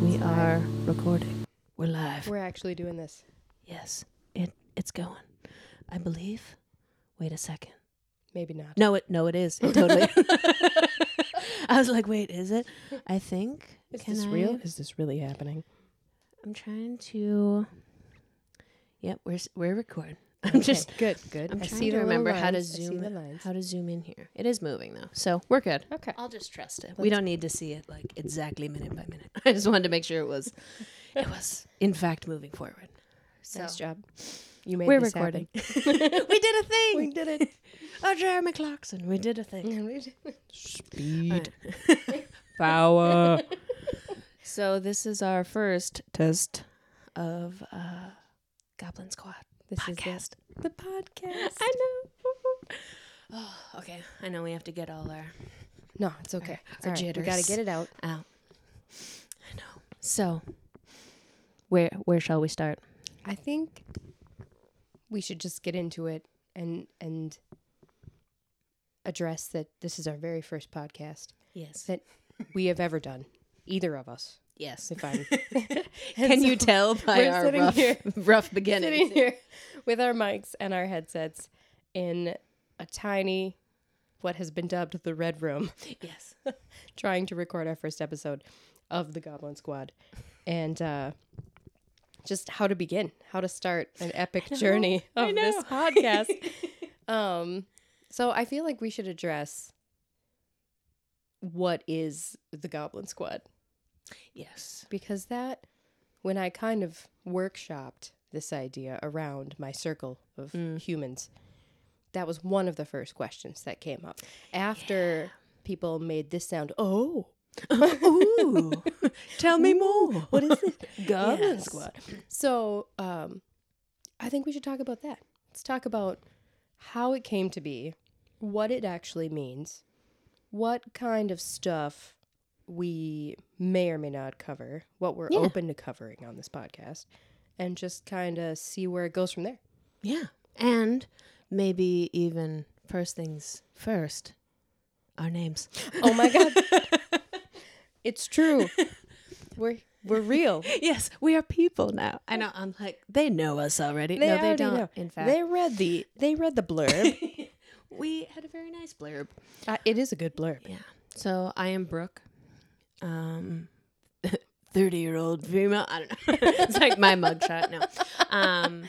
We're recording. We're live. We're actually doing this. yes. It it's going. I believe. Wait a second. Maybe not. No, it no it is. It totally. I was like, "Wait, is it?" I think. Is Can this I- real? Is this really happening? I'm trying to Yep, we're s- we're recording. I'm just good. Good. I'm I trying see to the little remember how to lines. I see zoom the lines. how to zoom in here. It is moving though. So, we're good. Okay. I'll just trust it. we don't need to see it like exactly minute by minute. I just wanted to make sure it was it was in fact moving forward. So Nice job. You made we're this recording. we did a thing. happen. We did it. oh, Jeremy Clarkson, we did a thing. Speed. Power. so this is our first test of uh, Goblin Squad This is podcast. the, the podcast. I know. oh, okay. I know we have to get all our No, it's okay. Our All right, we gotta jitters. get it out. out. I know. So where where shall we start? I think we should just get into it and and address that this is our very first podcast Yes. that we have ever done, either of us. Yes. If I'm Can you tell by we're our sitting rough, here- rough beginning? sitting here with our mics and our headsets in a tiny, what has been dubbed the Red Room, Yes. trying to record our first episode of the Goblin Squad. And uh, just how to begin, how to start an epic journey I of this know. podcast. um, so I feel like we should address what is the Goblin Squad Yes. because that when I kind of workshopped this idea around my circle of humans, that was one of the first questions that came up after people made this sound. Oh, Ooh. Tell me more. what is this Goblin Yes. Squad? So, um, I think we should talk about that. Let's talk about how it came to be, what it actually means, what kind of stuff we may or may not cover, what we're Yeah. open to covering on this podcast, and just kind of see where it goes from there. Yeah. And maybe even first things first, our names. Oh my god. it's true. We're we're real. yes, we are people now. I know. I'm like, they know us already. no, they already don't. know. In fact, They read the they read the blurb. we had a very nice blurb. uh, it is a good blurb. Yeah. So I am Brooke, um, thirty-year-old female. I don't know. it's like my mugshot. No, um,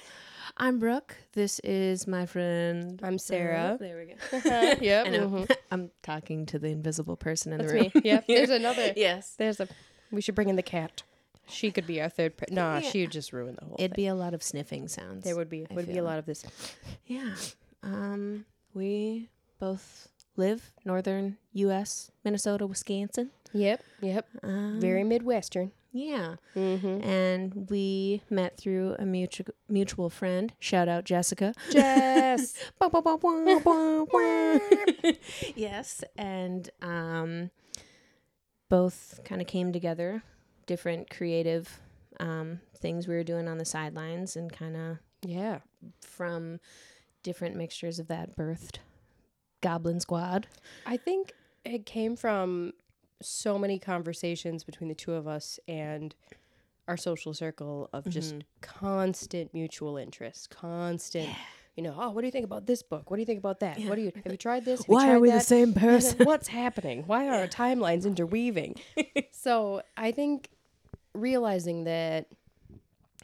I'm Brooke. This is my friend. I'm Sarah. there we go. yep. I know. I'm talking to the invisible person in That's the room. me. Yep. There's another. yes. There's a. We should bring in the cat. She could be our third. Per- nah, Yeah. she would just ruin the whole It'd thing. be a lot of sniffing sounds. There would be I would be a feel. lot of this. Yeah. Um, we both live northern U.S., Minnesota, Wisconsin. Yep. Yep. Um, Very midwestern. Yeah. Mm-hmm. And we met through a mutual mutual friend. Shout out Jessica. Yes. Bow, bow, bow, bow, bow, bow. yes, and um, both kind of came together, different creative um, things we were doing on the sidelines, and kind of yeah. from different mixtures of that birthed Goblin Squad. I think it came from so many conversations between the two of us and our social circle of just constant mutual interest, constant. You know, oh, what do you think about this book? What do you think about that? What do you have you tried this? Have you tried that?" same And then What's happening? Why are our timelines interweaving? so I think realizing that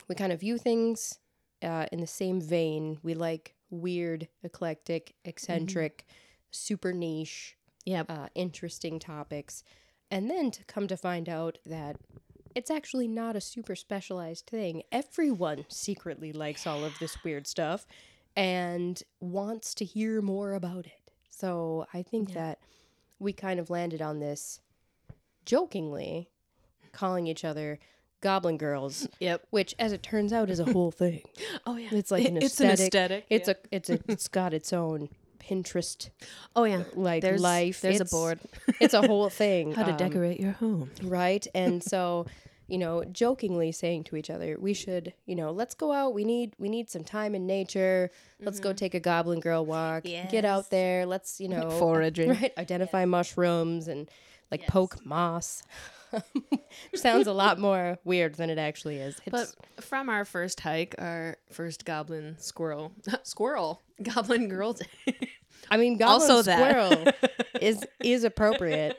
we kind of view things uh, in the same vein, we like weird, eclectic, eccentric, super niche, Yep. uh, interesting topics. And then to come to find out that it's actually not a super specialized thing. Everyone secretly likes all of this weird stuff and wants to hear more about it. So I think that we kind of landed on this jokingly calling each other goblin girls, Yep. which as it turns out is a whole thing. Oh yeah. It's like an It's aesthetic. an aesthetic. It's a it's a it's got its own Pinterest oh yeah. like There's life. There's a It's- board. It's a whole thing. How to um, decorate your home. Right. And so, you know, jokingly saying to each other, we should, you know, let's go out. We need we need some time in nature. Let's go take a goblin girl walk. Get Mm-hmm. Yes. out there. Let's, you know, Foraging. right, identify mushrooms and like Yes. poke moss. Sounds a lot more weird than it actually is. It's, But from our first hike, our first goblin squirrel, squirrel, goblin girl day. I mean, goblin also that. squirrel is is appropriate.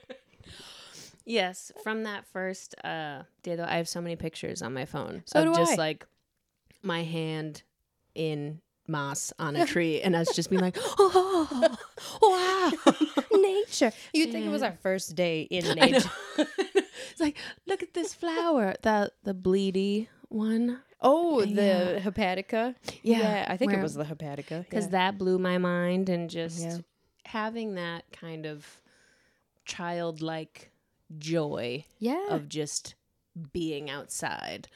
Yes, from that first uh, day though, I have so many pictures on my phone So of do just I. like my hand in moss on a tree, and us just being like, oh, wow. nature. You'd think it Mm. was our first day in nature. it's like, look at this flower, the the bleedy one. Oh, Yeah. the hepatica. Yeah, I think it where- was the hepatica. because yeah. that blew my mind and just Yeah. having that kind of childlike joy yeah. of just being outside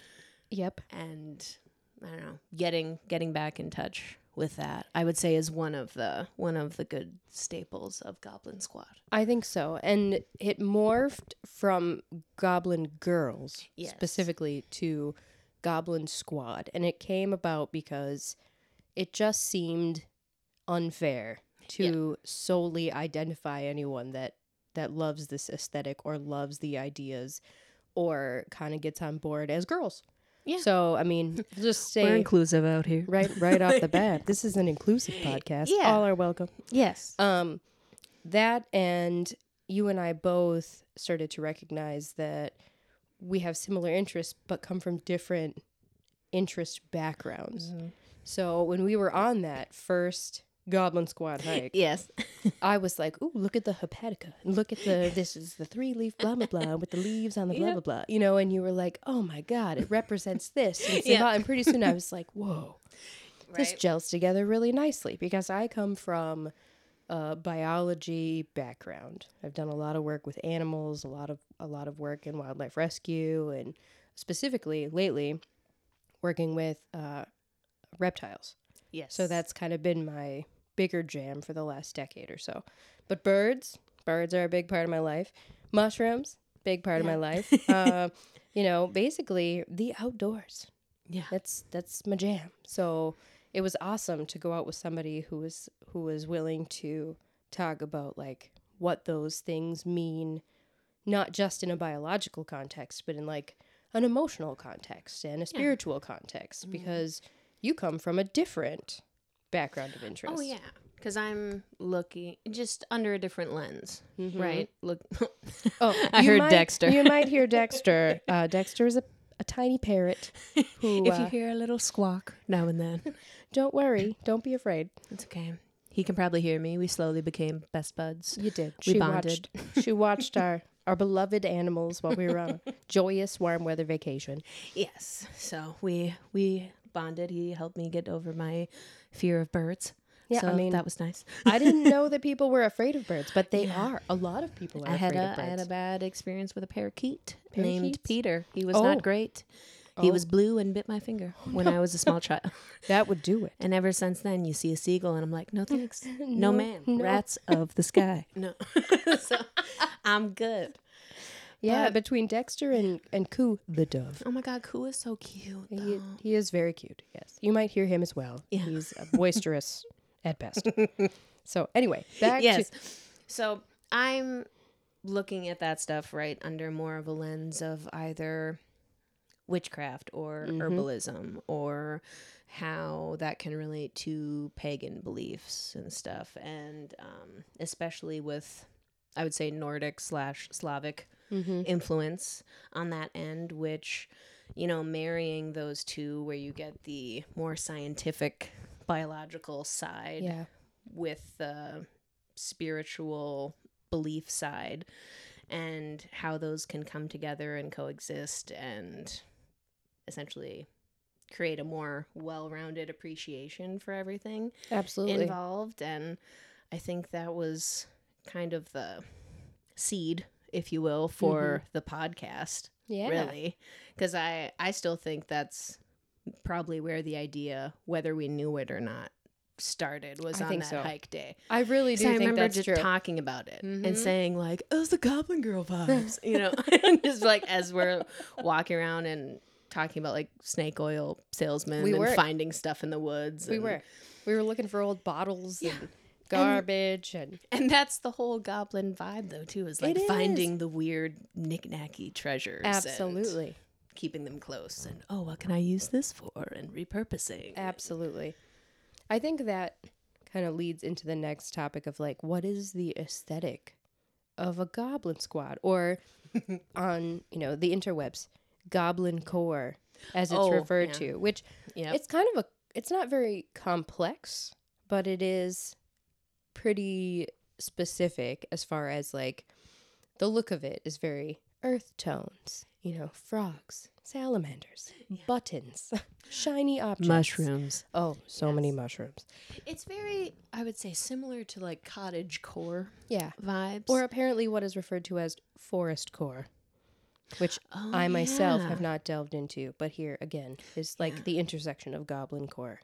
yep. and I don't know, getting getting back in touch with that. I would say is one of the one of the good staples of Goblin Squad. I think so. And it morphed from Goblin Girls Yes. specifically to Goblin Squad. And it came about because it just seemed unfair to solely identify anyone that that loves this aesthetic or loves the ideas or kind of gets on board as girls. Yeah. So, I mean, just say inclusive out here. right right off the bat, this is an inclusive podcast. Yeah. All are welcome. Yes. Um, that and you and I both started to recognize that we have similar interests, but come from different interest backgrounds. So when we were on that first Goblin Squad hike, Yes. I was like, "Ooh, look at the hepatica! and Look at the this is the three leaf blah blah blah with the leaves on the blah blah blah." You know, and you were like, "Oh my god, it represents this." And, it's Yeah. about- and pretty soon I was like, "Whoa, this Right. gels together really nicely because I come from a biology background. I've done a lot of work with animals, a lot of a lot of work in wildlife rescue, and specifically lately working with uh, reptiles. Yes. So that's kind of been my bigger jam for the last decade or so. But birds, birds are a big part of my life. Mushrooms, big part of my life. uh, you know, basically the outdoors yeah. that's that's my jam. So it was awesome to go out with somebody who was who was willing to talk about like what those things mean, not just in a biological context, but in like an emotional context and a spiritual context, Mm-hmm. because you come from a different background of interest. Oh yeah, because I'm looking just under a different lens, right? Look, Oh, I you heard might- Dexter. You might hear Dexter. Uh, Dexter is a, a tiny parrot. Who, If uh, you hear a little squawk now and then, don't worry, don't be afraid. it's okay. He can probably hear me. We slowly became best buds. You did. We she bonded. watched. She watched our our beloved animals while we were on a joyous warm weather vacation. Yes. So we we bonded. He helped me get over my fear of birds. Yeah, I so mean- that was nice. I didn't know that people were afraid of birds, but they are. A lot of people are I had afraid a of I had a birds. bad experience with a parakeet, named Parakeets? Peter. He was Oh. not great. He was blue and bit my finger when I was a small child. that would do it. And ever since then, you see a seagull, and I'm like, no thanks, no, No, ma'am, no. rats of the sky, no. so I'm good. Yeah, between Dexter and and Coo the dove. Oh my god, Koo is so cute. He, he is very cute. Yes, you might hear him as well. Yeah. He's uh, boisterous at best. So anyway, back yes. to So I'm looking at that stuff right under more of a lens of either witchcraft or herbalism or how that can relate to pagan beliefs and stuff, and um, especially with I would say Nordic slash Slavic Mm-hmm. influence on that end, which you know marrying those two where you get the more scientific biological side yeah. with the spiritual belief side and how those can come together and coexist and essentially create a more well-rounded appreciation for everything Absolutely. involved and i think that was kind of the seed if you will for the podcast Mm-hmm. yeah. really because i i still think that's probably where the idea whether we knew it or not started was I on think that so. hike day I really do so i think remember that's just true. talking about it Mhm. and saying like oh it's the goblin girl vibes you know and just like as we're walking around and talking about like snake oil salesmen We and were. finding stuff in the woods We and- were. We were looking for old bottles and garbage and And that's the whole goblin vibe, though, too, is like It is. finding the weird knickknacky treasures. and absolutely keeping them close. And, oh, what can I use this for? And repurposing. absolutely i think that kind of leads into the next topic of like what is the aesthetic of a goblin squad or on you know the interwebs goblin core as it's Oh, referred yeah. to which Yep. it's kind of a it's not very complex but it is pretty specific as far as like the look of it is very earth tones you know frogs salamanders buttons shiny objects Mushrooms. oh so many mushrooms It's very, I would say, similar to like cottage core yeah vibes. or apparently what is referred to as forest core which Oh, i myself yeah. have not delved into but here again is like the intersection of goblin core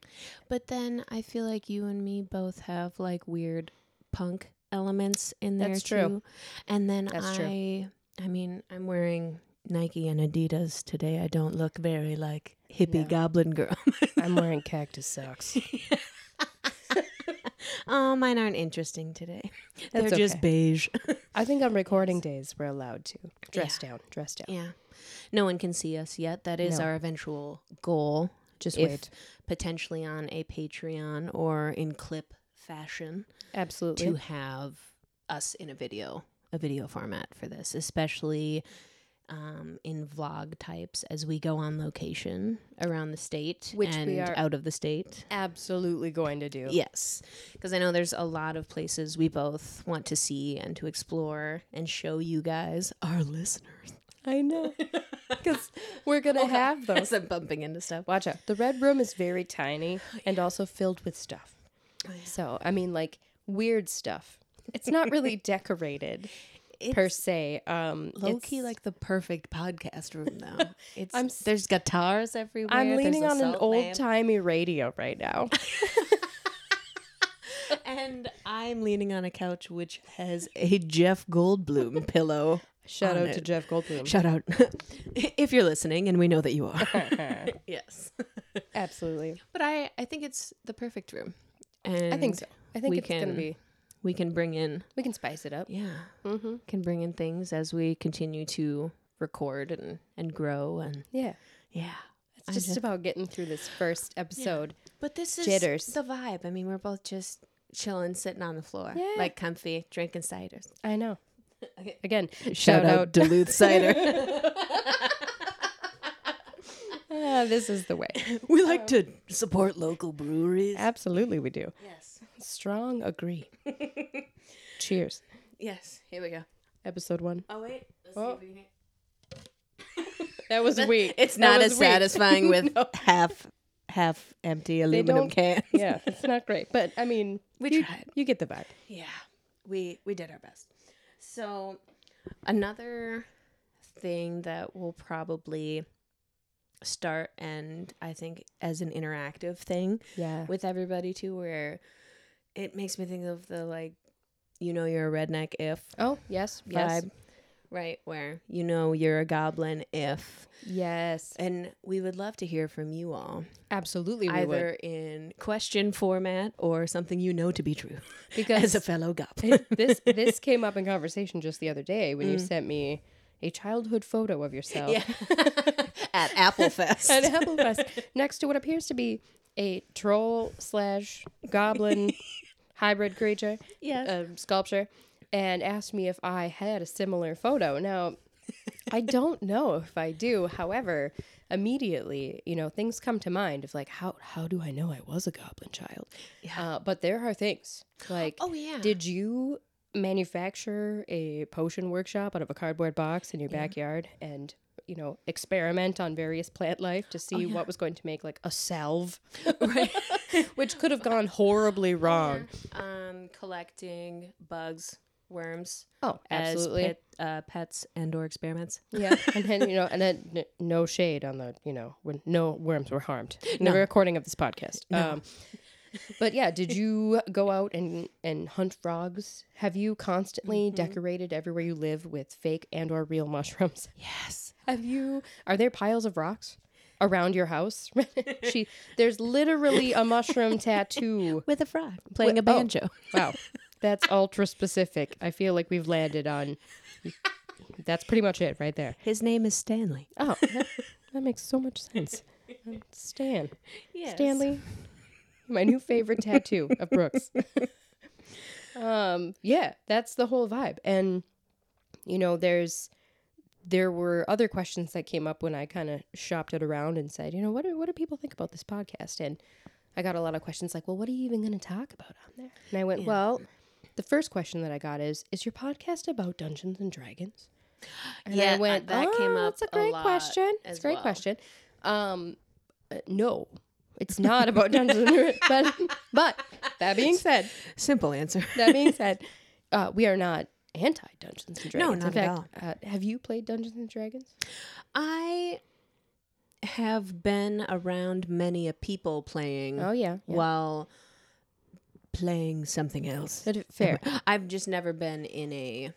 But then I feel like you and me both have like weird punk elements in there That's too. true. And then That's I true. I mean, I'm wearing Nike and Adidas today. I don't look very like hippie No. goblin girl. i'm wearing cactus socks oh, mine aren't interesting today. They're That's just okay. beige. I think on recording days we're allowed to dress down, dress down. yeah. No one can see us yet. That is No. our eventual goal. Just if wait. Potentially on a Patreon or in clip fashion. Absolutely. to have us in a video, a video format for this, especially um, in vlog types as we go on location around the state Which and we are- out of the state. Absolutely going to do. Yes, because I know there's a lot of places we both want to see and to explore and show you guys, our listeners. I know. Because we're going to have those. As I'm bumping into stuff. Watch out. The red room is very Oh, tiny and also filled with stuff. So, I mean, like weird stuff. It's not really decorated per se. Um, Low it's- key, like the perfect podcast room, though. It's I'm s- there's guitars everywhere. I'm there's leaning a on an salt old lamp. timey radio right now. And I'm leaning on a couch which has a Jeff Goldblum pillow. Shout On out to it. Jeff Goldblum. Shout out if you're listening, and we know that you are. yes. Absolutely. But I, I think it's the perfect room. And I think so. I think we it's going to can- be, We can bring in, we can spice it up. yeah, Mm-hmm. can bring in things as we continue to record and, and grow. And Yeah. yeah. It's just, just- about getting through this first episode. But this is Jitters. the vibe. I mean, we're both just chilling, sitting on the floor, Yeah. like comfy, drinking ciders. I know. Again, shout, Shout, out, out. Duluth cider. Ah, this is the way. we like to support local breweries. Absolutely, we do. Yes. Strong agree. Cheers. Yes. Here we go. Episode one. Oh, wait. Let's Oh. see if we can. That was weak. It's That not was as weak. satisfying with half half empty aluminum don't- can. yeah, it's not great. But I mean, We you, tried. You get the vibe. Yeah, we we did our best. So another thing that will probably start and I think as an interactive thing Yeah. with everybody too where it makes me think of the like you know you're a redneck if Oh yes, yes, vibe. Right, where you know you're a goblin if yes. and we would love to hear from you all. Absolutely, we would. Either in question format or something you know to be true because as a fellow goblin. it- this this came up in conversation just the other day when you sent me a childhood photo of yourself. At Applefest. at Applefest next to what appears to be a troll slash goblin hybrid creature Yes. um, sculpture and asked me if I had a similar photo. Now, I don't know if I do. However, immediately, you know, things come to mind of like, how, how do I know I was a goblin child? Uh, but there are things like, Oh, yeah. did you manufacture a potion workshop out of a cardboard box in your backyard and you know experiment on various plant life to see what was going to make like a salve Oh, right Oh, which could have gone horribly wrong um, collecting bugs, worms, oh absolutely as pet, uh, pets and or experiments. yeah and then you know and then n- no shade on the you know when no worms were harmed in the recording of this podcast um but yeah did you go out and and hunt frogs have you constantly decorated everywhere you live with fake and or real mushrooms Yes. Have you? Are there piles of rocks? around your house. she there's literally a mushroom tattoo. with a frog playing a Wi- oh. banjo. Wow. That's ultra specific. I feel like we've landed on That's pretty much it right there. His name is Stanley. Oh, that, that makes so much sense. Um, Stan. Stanley. My new favorite tattoo of Brooks. um, yeah, that's the whole vibe. And you know, there's there were other questions that came up when I kind of shopped it around and said, you know, what do what do people think about this podcast? And I got a lot of questions like, well, what are you even going to talk about on there? And I went, well, the first question that I got is, is your podcast about Dungeons and Dragons? And Yeah, I uh, went, that came "Oh, up That's a a great lot question. It's as a great well." question. Um, uh, no, it's not about Dungeons and Dragons. But, but that being said, Simple answer. that being said, uh, we are not anti Dungeons and Dragons. not In at fact, Uh, have you played Dungeons and Dragons? I have been around many a people playing Oh yeah, yeah. while playing something else. But fair. I've just never been in a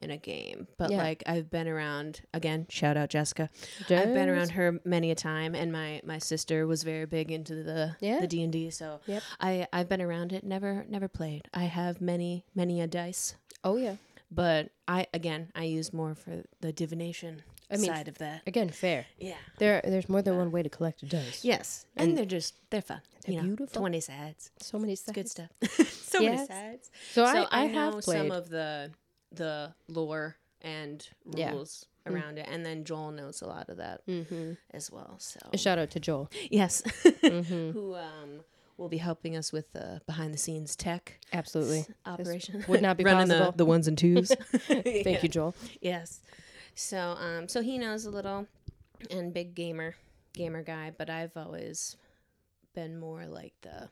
in a game, but Yeah. like I've been around again. Shout out Jessica. I've been around her many a time, and my my sister was very big into the Yeah. the D and D. So Yep. I I've been around it. Never never played. I have many many a dice, Oh yeah. but I again I use more for the divination I mean- side of that. Again, fair. Yeah. There, there's more than one way to collect a dice. Yes, and, they're just they're fun. They're you know, beautiful. Twenty sides. So many It's sides. good stuff. so many Yes. sides. So, so I, I, know have played. some of the the lore and Yeah. rules around it, and then Joel knows a lot of that as well. So Shout out to Joel. Mm-hmm. yes, who um, will be helping us with the behind the scenes tech Absolutely. operation? Would not be Running possible. the, the ones and twos. Thank you, Joel. yes, so um, so he knows a little, and big gamer gamer guy. But I've always been more like the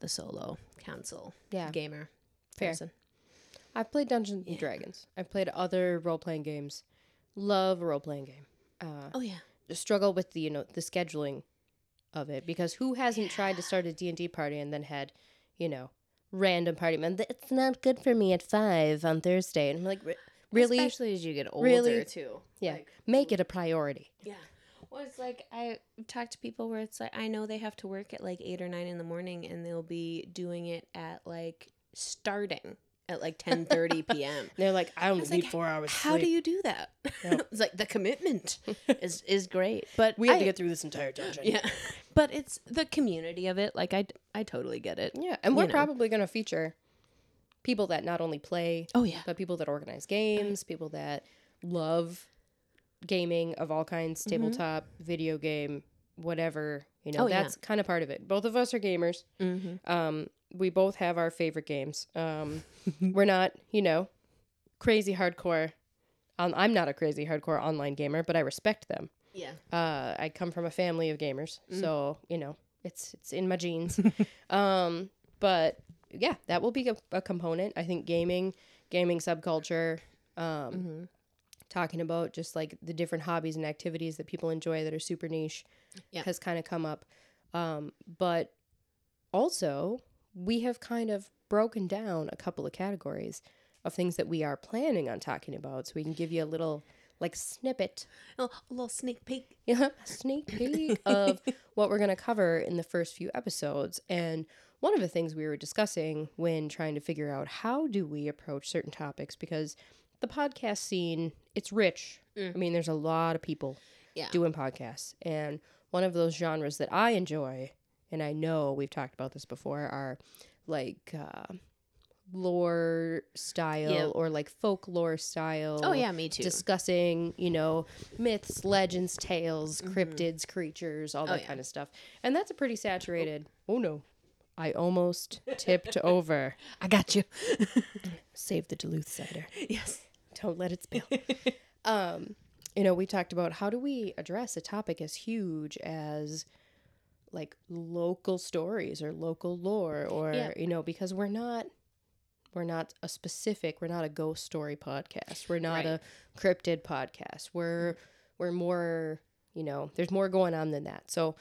the solo council Yeah. gamer Fair. person. I've played Dungeons and Dragons. I've played other role playing games. Love a role playing game. Uh, Oh yeah. struggle with the you know the scheduling of it because who hasn't tried to start a D and D party and then had you know random party men? It's not good for me at five on Thursday. And I'm like, "Re- really? especially as you get older Really? too yeah. like- Make it a priority. yeah well it's like i talk to people where it's like i know they have to work at like eight or nine in the morning and they'll be doing it at like starting at like ten thirty p.m And they're like, I only was need like, four hours. how do you do that it's like the commitment is is great but We have I- to get through this entire dungeon. yeah but it's the community of it like i i totally get it Yeah, and we're know. probably going to feature people that not only play, oh yeah but people that organize games, people that love gaming of all kinds, tabletop, video game, whatever. You know, Mm-hmm. Oh, yeah. that's kind of part of it. Both of us are gamers. mm-hmm. Um, we both have our favorite games. Um, we're not, you know, crazy hardcore. Um, I'm not a crazy hardcore online gamer, but I respect them yeah uh, I come from a family of gamers, so you know it's it's in my genes. um, but yeah, that will be a, a component. I think gaming, gaming subculture, um, talking about just like the different hobbies and activities that people enjoy that are super niche, Yeah. has kind of come up. Um, but also, we have kind of broken down a couple of categories of things that we are planning on talking about, so we can give you a little like snippet a little sneak peek yeah, a sneak peek of what we're going to cover in the first few episodes. And one of the things we were discussing when trying to figure out how do we approach certain topics because the podcast scene, it's rich. I mean, there's a lot of people Mm. Yeah. doing podcasts. And one of those genres that I enjoy, and I know we've talked about this before, are like uh, lore style Yeah. or like folklore style oh yeah me too discussing, you know, myths, legends, tales, cryptids, creatures, all that yeah. kind of stuff. And that's a pretty saturated. Oh no. I almost tipped over. i got you Save the Duluth cider. yes Don't let it spill. um, you know, we talked about how do we address a topic as huge as like local stories or local lore or Yeah. you know, because we're not we're not a specific, we're not a ghost story podcast. We're not a cryptid podcast. We're we're more, you know, there's more going on than that. So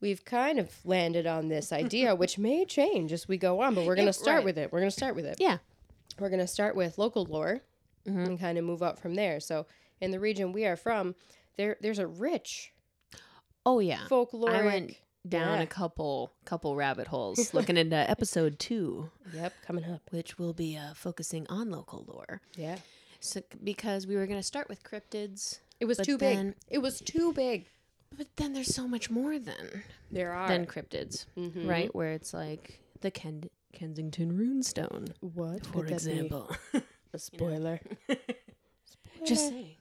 we've kind of landed on this idea which may change as we go on, but we're going to start right. with it. We're going to start with it yeah we're going to start with local lore Mm-hmm. and kind of move out from there. So, in the region we are from, there there's a rich Oh yeah. folkloric. I went down Yeah. a couple couple rabbit holes looking into episode 2, Yep, coming up. which will be uh, focusing on local lore. Yeah. So because we were going to start with cryptids, It was But too big. then- It was too big. but then there's so much more than There are. than cryptids, Mhm. right? Where it's like the Ken- Kensington runestone, What? for would that be? example. A spoiler. Just saying.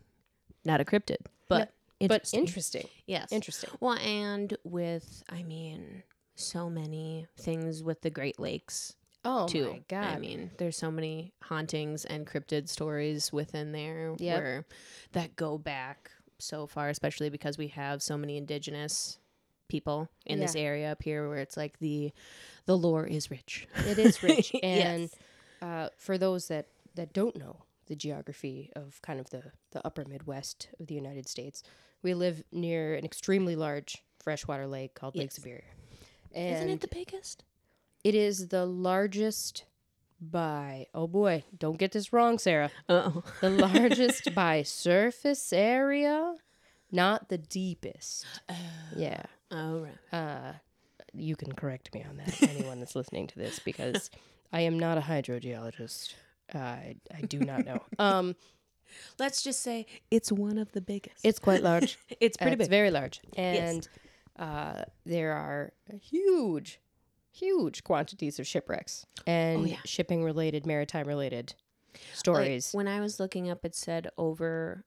Not a cryptid, but But interesting. interesting. yes. Interesting. Well, and with I mean, so many things with the Great Lakes Oh too. my god. I mean, there's so many hauntings and cryptid stories within there Yep. where that go back so far, especially because we have so many indigenous people in this Yeah. area up here where it's like the the lore is rich. It is rich. Yes. And uh, for those that, that don't know the geography of kind of the, the upper Midwest of the United States, we live near an extremely large freshwater lake called Lake Yes. Superior. And Isn't it the biggest? it is the largest by, oh boy, don't get this wrong, Sarah. Oh. The largest by surface area, not the deepest. yeah. Oh right. Uh, you can correct me on that, anyone that's listening to this, because I am not a hydrogeologist. Uh, I, I do not know. Um, Let's just say it's one of the biggest. it's quite large. it's pretty it's big. very large. And uh, there are huge, huge quantities of shipwrecks and Oh, yeah. shipping related, maritime related Like, stories. when I was looking up, it said over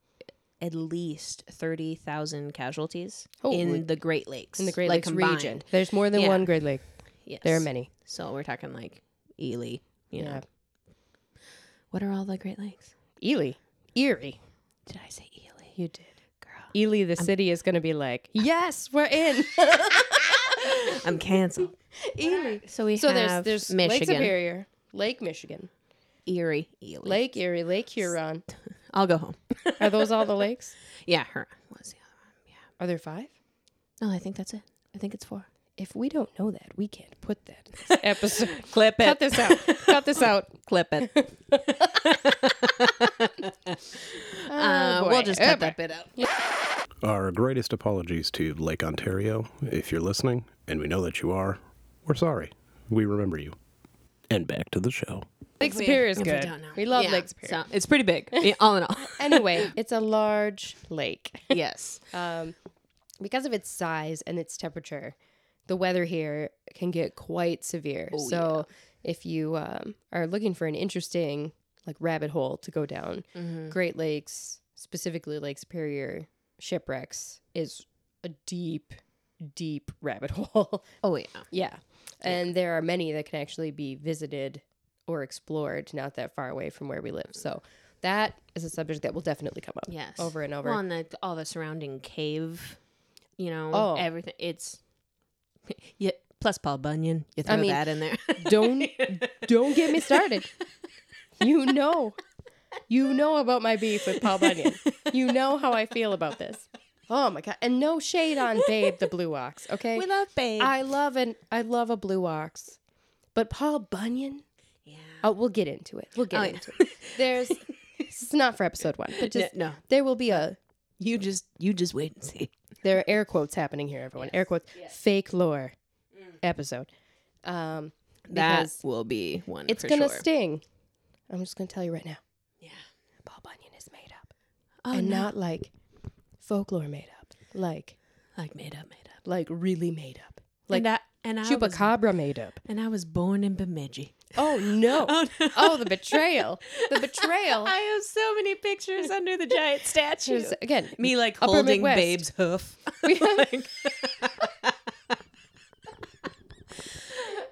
at least thirty thousand casualties Holy- in the Great Lakes. in the Great like, Lakes region. combined. There's more than Yeah. one Great Lake. Yes. There are many. So we're talking like Ely. You Yeah. know. What are all the Great Lakes? Ely. Erie. Did I say Ely? You did. Girl. Ely, the city, is going to be like, yes, we're in. I'm canceled. Ely. So we So there's have there's Lake Michigan, Superior, Lake Michigan, Erie, Ely. Lake Erie, Lake Huron. I'll go home. Are those all the lakes? Yeah, her. What's the Are there five? other? No, I think that's it. I think it's four. If we don't know that, we can't put that in this episode. Clip Cut this out. Cut this out. Clip it. Uh, boy. we'll just Oh, cut boy. that bit out. Our greatest apologies to Lake Ontario. If you're listening, and we know that you are, we're sorry. We remember you. And back to the show. Lake If we- Superior is if we good. don't know. We, love Yeah, Lake So Superior. it's pretty big, i- all in all. Anyway, it's a large lake. yes. Um, because of its size and its temperature, the weather here can get quite severe. so if you um, are looking for an interesting like rabbit hole to go down, Great Lakes, specifically Lake Superior shipwrecks, is a deep, deep rabbit hole. Oh yeah. yeah, and there are many that can actually be visited or explored not that far away from where we live. So that is a subject that will definitely come up Yes. over and over. Well, and the, all the surrounding cave, you know, Oh. everything. It's yeah. Plus Paul Bunyan, you throw mean, that in there. don't don't get me started. You know, you know about my beef with Paul Bunyan. You know how I feel about this. Oh my god! And no shade on Babe the Blue Ox. Okay, we love Babe. I love an I love a Blue Ox, but Paul Bunyan. yeah. Oh, we'll get into it. We'll get Oh, yeah. into it. There's this is not for episode one, but just no, no. there will be a you just you just wait and see. there are air quotes happening here, everyone. Air quotes, fake lore Mm. episode. Um, That because- will be one. It's for gonna sure. sting. I'm just gonna tell you right now. Yeah. Paul Bunyan is made up, Oh, and no. not like folklore made up, like like made up, made up. like really made up, like and I, and I was chupacabra made up. and I was born in Bemidji. Oh no! Oh, no. Oh, the betrayal! The betrayal! I have so many pictures under the giant statue. There's- again, Me like Upper holding Midwest. Babe's hoof. we have Like-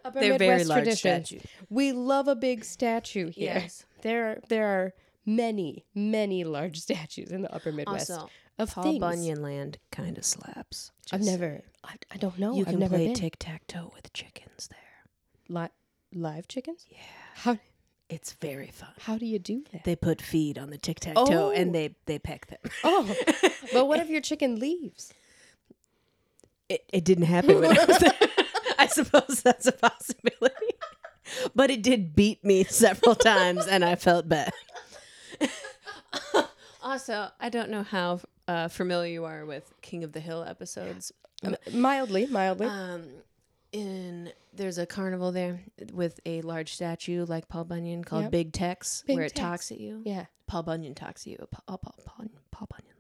upper They're very Midwest large traditions. statue. We love a big statue here. Yes. There, are, there are many, many large statues in the Upper Midwest Also, of Paul things. Bunyan Land kind of slaps. I've Just- never, I, I don't know. You I've can never play been. tic tac toe with chickens there. Li- live chickens. Yeah, How it's very fun. how do you do that? They put feed on the tic tac toe Oh. and they they peck them. Oh, but what if your chicken leaves? It it didn't happen when I was there. I suppose that's a possibility. But it did beat me several times, and I felt bad. also, I don't know how uh, familiar you are with King of the Hill episodes. M- mildly, mildly. Um, in there's a carnival there with a large statue like Paul Bunyan called Yep. Big Tex, Big where it Tex. talks at you. yeah. Paul Bunyan talks to you. Paul, Paul, Paul, Paul Bunyan.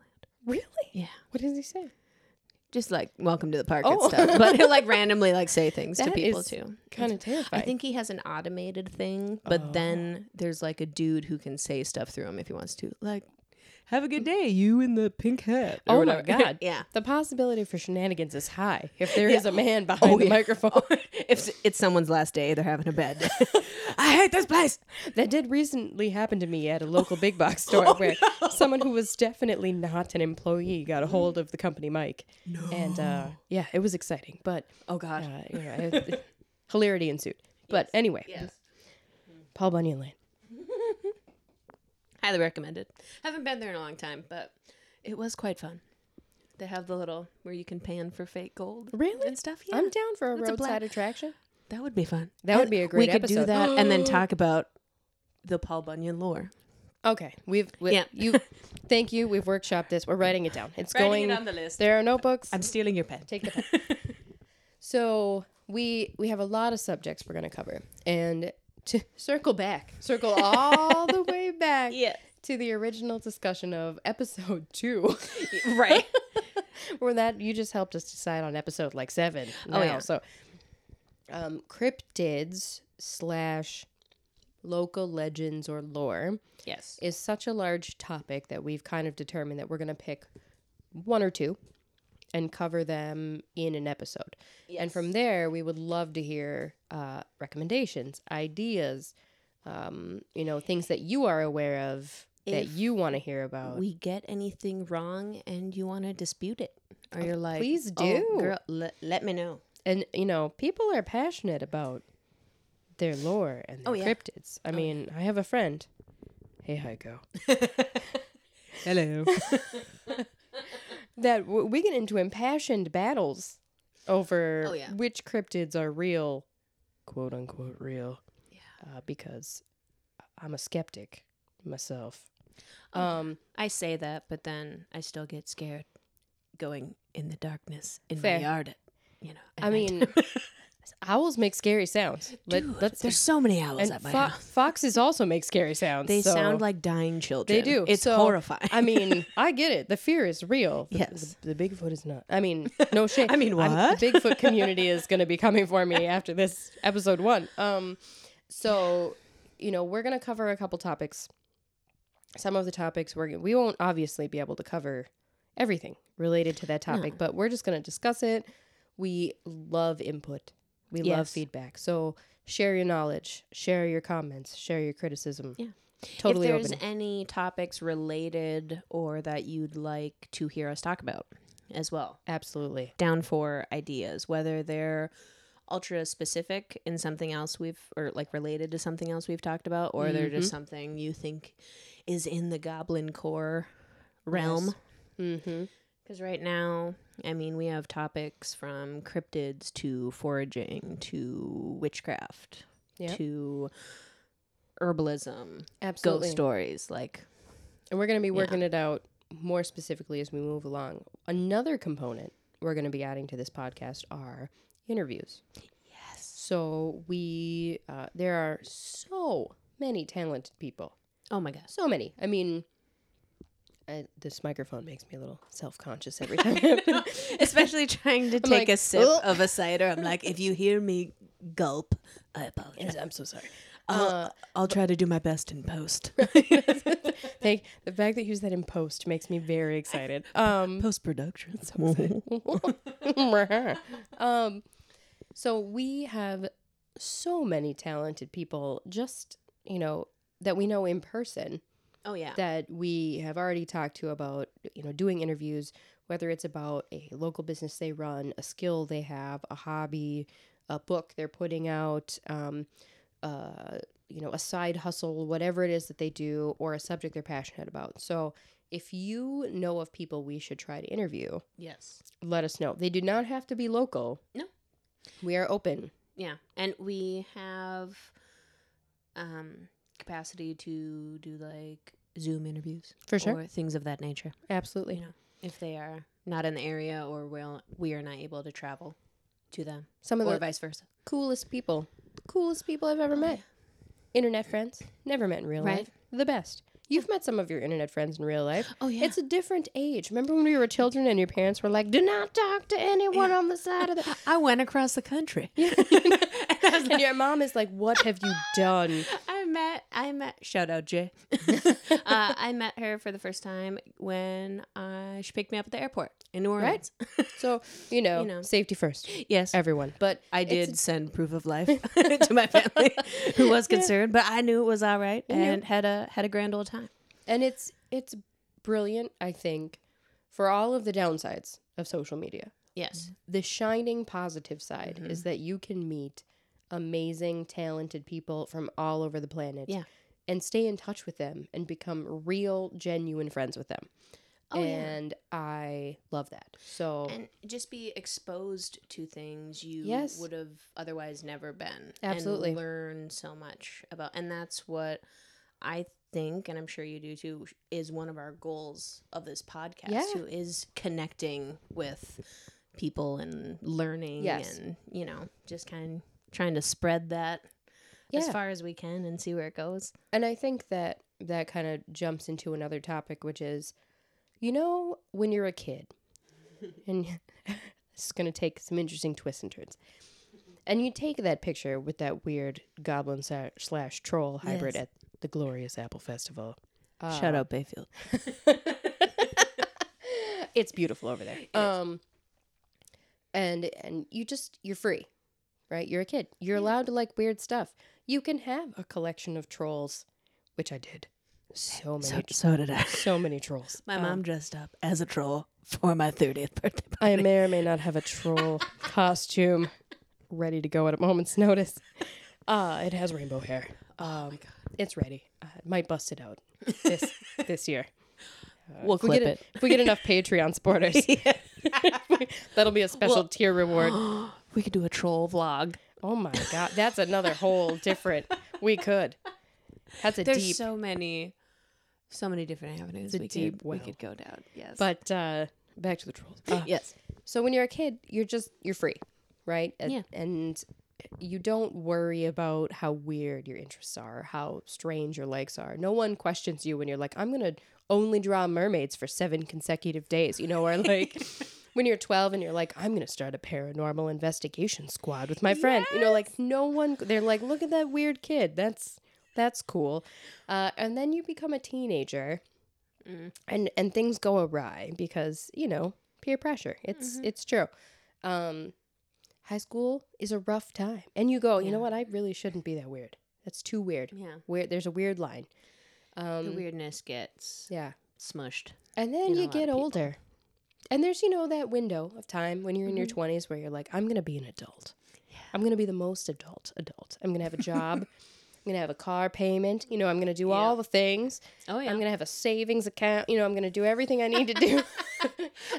Really? Yeah. What does he say? Just like welcome to the park Oh. and stuff, but he'll like randomly like say things to That people is too. Kind of I terrifying. think he has an automated thing, but Oh. then there's like a dude who can say stuff through him if he wants to. Like, have a good day, you in the pink hat. or Oh my whatever. God. yeah. the possibility for shenanigans is high if there is a man behind Oh, the yeah. microphone. If it's someone's last day, they're having a bad day. I hate this place. That did recently happen to me at a local big box store Oh, where someone who was definitely not an employee Mm. got a hold of the company mic. And uh, yeah, it was exciting, but Oh God. uh, you know, it- hilarity ensued. But anyway, Paul Bunyan Lane. Highly recommended. Haven't been there in a long time, but it was quite fun. They have the little where you can pan for fake gold. Really? And stuff. Yeah. I'm down for a That's a roadside black- attraction. that would be fun. That would be a we great could do episode. that and then talk about the Paul Bunyan lore. Okay, we've, we Yeah. you. Thank you. We've workshopped this. We're writing it down. It's going. the list. there are notebooks. I'm stealing your pen. Take the pen. so we we have a lot of subjects we're going to cover, and to circle back, circle all the way back Yeah. to the original discussion of episode two, Right. where that you just helped us decide on episode like seven. Oh, now. yeah. So, um, cryptids slash local legends or lore yes. is such a large topic that we've kind of determined that we're going to pick one or two and cover them in an episode. And from there, we would love to hear uh, recommendations, ideas, um, you know, things that you are aware of that If you want to hear about. We get anything wrong and you want to dispute it. Or you're like, please do." Oh, girl, le- let me know. and, you know, people are passionate about their lore and their Oh, yeah. cryptids. I mean, I have a friend. Hey, Heiko. Hello. that w- we get into impassioned battles over Oh, yeah. which cryptids are real, quote unquote real. Yeah. Uh, because I'm a skeptic myself. Oh, Um, I say that, but then I still get scared going in the darkness in Fair. my yard. You know. at I night. mean, owls make scary sounds. Let, Dude, let's there's so many owls and at my fo- house. foxes also make scary sounds. They so- sound like dying children. they do. It's So, horrifying. I mean, I get it. The fear is real. The, Yes. the, the Bigfoot is not. I mean, no shit. I mean, what? the Bigfoot community is going to be coming for me after this episode one. Um, so you know, we're going to cover a couple topics. Some of the topics we're we won't obviously be able to cover everything related to that topic, but we're just going to discuss it. We love input. We love Yes. feedback. So share your knowledge, share your comments, share your criticism. Yeah. Totally if there's open. any topics related or that you'd like to hear us talk about as well. Absolutely. down for ideas, whether they're ultra specific in something else we've or like related to something else we've talked about, or they're just something you think is in the goblin core realm. Mm-hmm. Because right now, I mean, we have topics from cryptids to foraging to witchcraft Yep. to herbalism, Absolutely. ghost stories. Like, And we're going to be working it out more specifically as we move along. Another component we're going to be adding to this podcast are interviews. Yes. So we uh, there are so many talented people. oh my gosh. So many. I mean, I, this microphone makes me a little self-conscious every time. Especially trying to take like, a sip "Oh." of a cider. I'm like, if you hear me gulp, I apologize. I'm so sorry. I'll, I'll try to do my best in post. Thank the fact that you use that in post makes me very excited. Um post production. um, so we have so many talented people, just you know, that we know in person oh yeah. that we have already talked to about you know doing interviews, whether it's about a local business they run, a skill they have, a hobby, a book they're putting out. Um, uh, you know, a side hustle, whatever it is that they do, or a subject they're passionate about. So, if you know of people we should try to interview, Yes. let us know. They do not have to be local. No. We are open. Yeah. And we have um capacity to do like Zoom interviews For or things of that nature. Absolutely. Yeah. if they are not in the area or will we are not able to travel to them Some of or the vice versa. coolest people, coolest people I've ever met. Internet friends, never met in real Right. life. The best. You've met some of your internet friends in real life. Oh, yeah. It's a different age. Remember when we were children and your parents were like, "Do not talk to anyone on the side of the." I went across the country. and your mom is like, "What have you done?" I met I met shout out Jay. uh, I met her for the first time when uh, she picked me up at the airport in New Orleans. So you know, You know. safety first, yes, everyone. But I it's did send proof of life to my family, who was concerned, but I knew it was all right and had a had a grand old time. and it's it's brilliant i think for all of the downsides of social media Yes, the shining positive side Mm-hmm. is that you can meet amazing talented people from all over the planet Yeah. and stay in touch with them and become real genuine friends with them Oh, yeah. and i love that so and just be exposed to things you Yes. would have otherwise never been. Absolutely. and learn so much about, and that's what I think, and I'm sure you do too, is one of our goals of this podcast. Yeah. Too is connecting with people and learning, Yes. and you know, just kind of trying to spread that as Yeah. far as we can and see where it goes. And I think that that kind of jumps into another topic, which is, you know, when you're a kid, and this is going to take some interesting twists and turns. And you take that picture with that weird goblin sa- slash troll hybrid Yes. at the glorious Apple Festival. Shout out Bayfield. Uh, It's beautiful over there. Um, and and you just you're free, right? You're a kid. You're allowed to like weird stuff. You can have a collection of trolls, which I did. So many so did I. Oh. so many trolls. My mom dressed up as a troll for my 30th birthday party. I may or may not have a troll costume ready to go at a moment's notice. Uh, it has rainbow hair. Oh Um, It's ready. Uh, it might bust it out this this year. We'll If we, get clip it. if we get enough Patreon supporters, that'll be a special tier reward. We could do a troll vlog. Oh my god, that's another whole different. We could. That's a There's deep. so many, so many different avenues we deep could well. we could go down. Yes, but uh, back to the trolls. Uh, yes, So when you're a kid, you're just you're free, right? And, Yeah. and you don't worry about how weird your interests are, how strange your likes are. No one questions you when you're like, I'm gonna only draw mermaids for seven consecutive days, you know, or like when you're 12 and you're like, I'm gonna start a paranormal investigation squad with my friends, you know, like no one. They're like, look at that weird kid. That's that's cool. Uh, and then you become a teenager and and things go awry because you know peer pressure it's Mm-hmm. it's true um high school is a rough time and you go you know what i really shouldn't be that weird that's too weird Yeah. weird there's a weird line um the weirdness gets yeah smushed. and in then a you lot of get people. older and there's you know that window of time when you're in your Mm-hmm. 20s where you're like i'm gonna be an adult i'm gonna be the most adult adult i'm gonna have a job i'm gonna have a car payment you know i'm gonna do all the things Oh I'm gonna have a savings account. You know, I'm gonna do everything I need to do,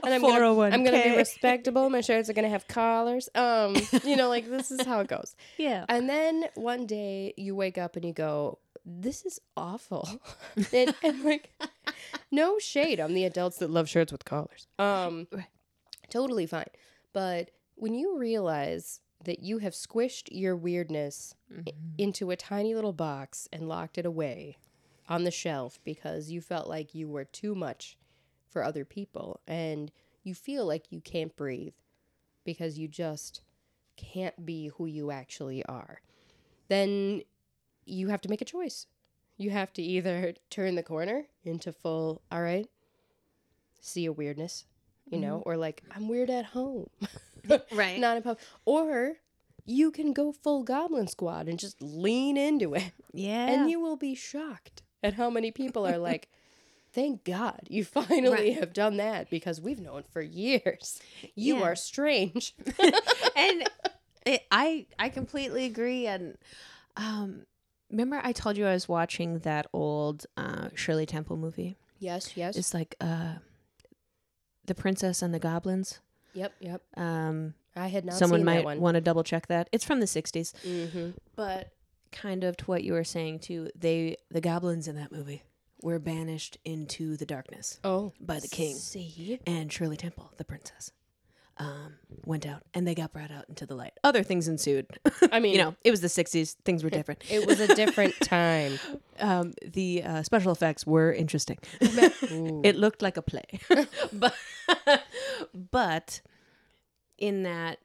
and I'm gonna 401k. I'm gonna be respectable. My shirts are gonna have collars. Um, you know, like this is how it goes. yeah. And then one day you wake up and you go, "This is awful," and, and like, no shade on the adults that love shirts with collars. Um, totally fine. But when you realize that you have squished your weirdness i- Mm-hmm. into a tiny little box and locked it away on the shelf because you felt like you were too much for other people and you feel like you can't breathe because you just can't be who you actually are, then you have to make a choice. You have to either turn the corner into full, all right, see a weirdness, you know, or like, I'm weird at home, Right. not in public. Or you can go full goblin squad and just lean into it. yeah. And you will be shocked at how many people are like, Thank God you finally have done that because we've known for years. You Yeah. are strange. and it, I I completely agree. And um, remember I told you I was watching that old uh, Shirley Temple movie. yes, yes. It's like uh, the Princess and the Goblins. yep, yep. Um, I had not someone seen might that one. want to double check that. It's from the '60s. mm-hmm. but kind of to what you were saying too they the goblins in that movie were banished into the darkness Oh, by the king. See? and Shirley Temple, the princess, um, went out and they got brought out into the light. Other things ensued. I mean, you know, it was the 60s, things were different. it was a different time. Um, the uh, special effects were interesting. Ooh. it looked like a play. but, but in that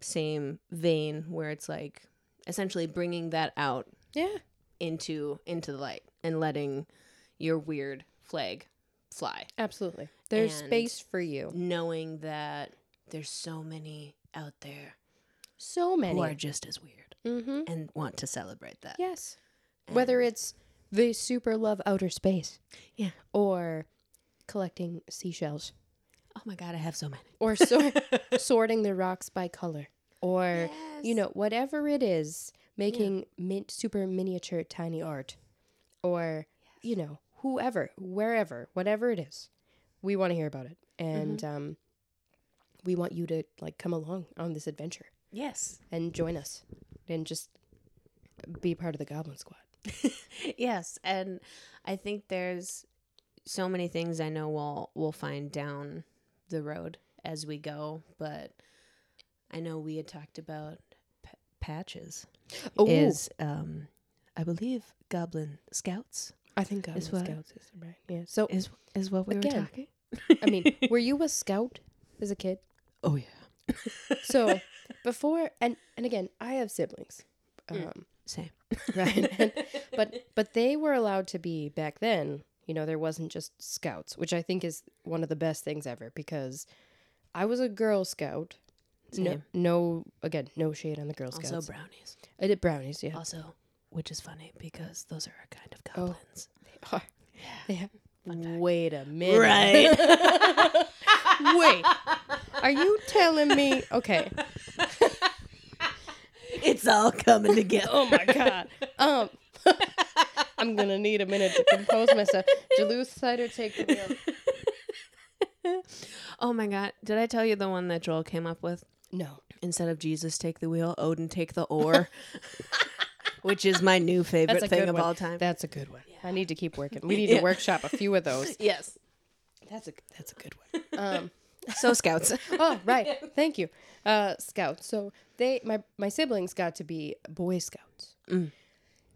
same vein where it's like essentially bringing that out yeah. into into the light and letting your weird flag fly. Absolutely. There's And- space for you. knowing that there's so many out there So many. who are just as weird Mm-hmm. and want to celebrate that. Yes. Whether it's the super love outer space. Yeah. Or collecting seashells. Oh my god, I have so many. Or sor- sorting the rocks by color. Or, you know, whatever it is, making mint super miniature tiny art. Or, you know, whoever, wherever, whatever it is. We want to hear about it. And um, we want you to like come along on this adventure. Yes. and join us and just be part of the goblin squad Yes, and I think there's so many things I know we'll we'll find down the road as we go, but I know we had talked about p- patches oh is um I believe goblin scouts i think goblin is what- scouts is right yeah so is is what we were Again. talking. i mean were you a scout as a kid Oh yeah. so before and and again i have siblings Mm. um Same. right and, but but they were allowed to be back then you know there wasn't just scouts which i think is one of the best things ever because i was a girl scout no, Same. no again no shade on the girl scouts Also brownies. i did brownies yeah Also, which is funny because those are a kind of goblins. are. Yeah. Wait a minute. Wait. Are you telling me? Okay. it's all coming together. Oh my god. Um. I'm gonna need a minute to compose myself. Duluth cider, take the wheel. Oh my god. Did I tell you the one that Joel came up with? No. Instead of Jesus take the wheel, Odin take the oar. which is my new favorite a thing good of one. all time. That's a good one. I need to keep working. We need to workshop a few of those. yes. That's a that's a good one. Um. So scouts. Oh right. Thank you. Uh, scouts. So they my my siblings got to be boy scouts.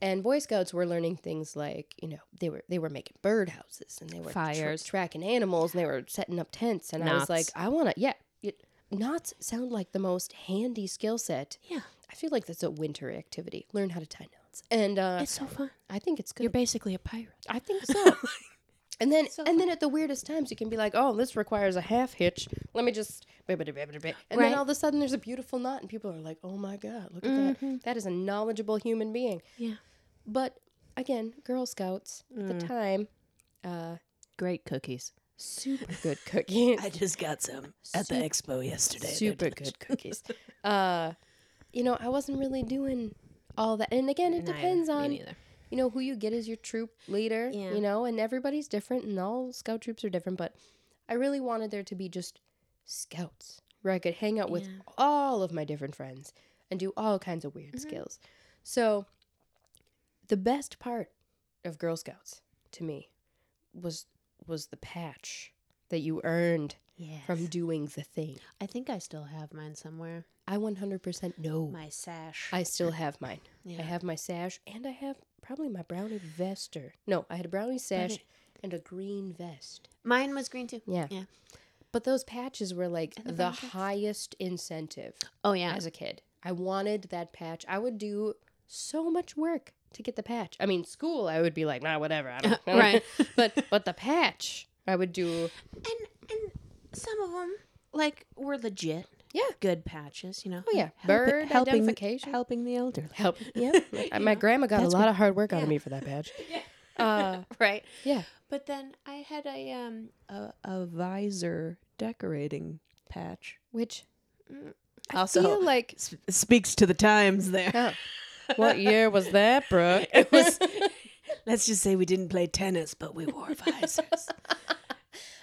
And Boy Scouts were learning things like, you know, they were they were making bird houses and they were tra- Fires. tracking animals and they were setting up tents. And I Knots. was like, I want to, yeah, it, knots sound like the most handy skill set. Yeah. I feel like that's a winter activity. Learn how to tie knots, and uh, It's so fun. I think it's good. You're basically a pirate. I think so. And then, and then at the weirdest times, you can be like, "Oh, this requires a half hitch. Let me just." And Right. then all of a sudden, there's a beautiful knot, and people are like, "Oh my god, look at that! That is a knowledgeable human being." Mm-hmm. Yeah. Mm. But again, Girl Scouts at the time, uh, Great cookies. super good cookies, I just got some at the expo yesterday. super good cookies. Uh, you know, I wasn't really doing all that, and again, it depends on you know who you get as your troop leader Yeah. you know and everybody's different and all scout troops are different but i really wanted there to be just scouts where i could hang out with Yeah. all of my different friends and do all kinds of weird Mm-hmm. skills so the best part of girl scouts to me was was the patch that you earned Yes. from doing the thing I think I still have mine somewhere. i 100% know My sash. I still have mine. Yeah. I have my sash, and I have probably my brownie vester. No, I had a brownie sash and a green vest. Mine was green too. Yeah. Yeah. But those patches were like the, brownie vest. highest incentive Oh yeah. as a kid. I wanted that patch. I would do so much work to get the patch. I mean, school, I would be like, nah, whatever. I don't know. Right. but but the patch, I would do. and and some of them like were legit Yeah. good patches you know Oh, yeah. Help- Bird identification. helping the elderly Help. Yeah. My grandma got a lot of hard work out of me for that patch. Yeah. Uh, right yeah. but then i had a um a, a visor decorating patch Which I Mm, also feel like s- speaks to the times there Oh. What year was that, Brooke? it was let's just say we didn't play tennis but we wore visors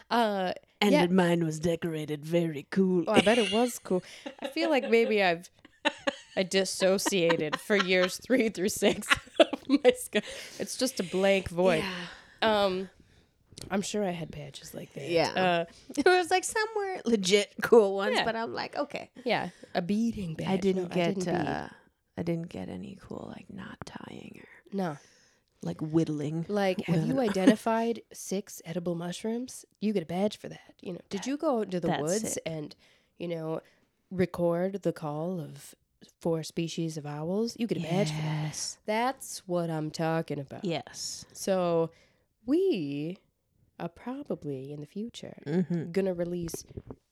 Uh, and Yeah. mine was decorated very cool oh, I bet it was cool. I feel like maybe I've I dissociated for years three through six of my sc- It's just a blank void. yeah. Um, I'm sure I had patches like that. Uh, Yeah. it was like somewhere legit cool ones, Yeah. but I'm like, okay. Yeah, a beading badge. I didn't No, get. I didn't bead. uh, I didn't get any cool like knot tying or no. like whittling. Like, have you Well- identified six edible mushrooms? You get a badge for that. You know, did you go out into the that's woods sick. and, you know, record the call of four species of owls? You get a badge for that. Yes. That's what I'm talking about. Yes. So, we are probably in the future Mm-hmm. gonna release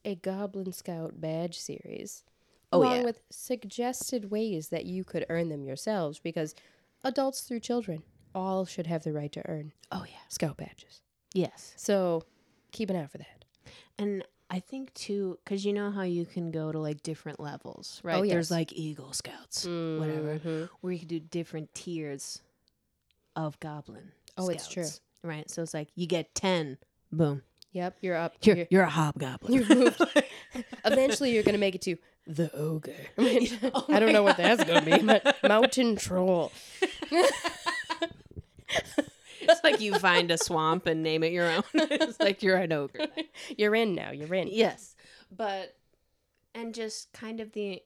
a Goblin Scout badge series, Oh, along yeah. with suggested ways that you could earn them yourselves. Because adults through children all should have the right to earn Oh yeah. scout badges. Yes. So keep an eye out for that. And I think too, because you know how you can go to like different levels, right? yes. There's like Eagle Scouts, whatever, where you can do different tiers of Goblin. Oh, it's true. Scouts, Right. So it's like you get ten. Boom. Yep, you're up. You're You're- you're, a hobgoblin. you've moved. Eventually, you're gonna make it to the ogre. I don't know what that's gonna be, but mountain troll. it's like you find a swamp and name it your own. it's like you're an ogre. You're in now. You're in. Yes. But and just kind of the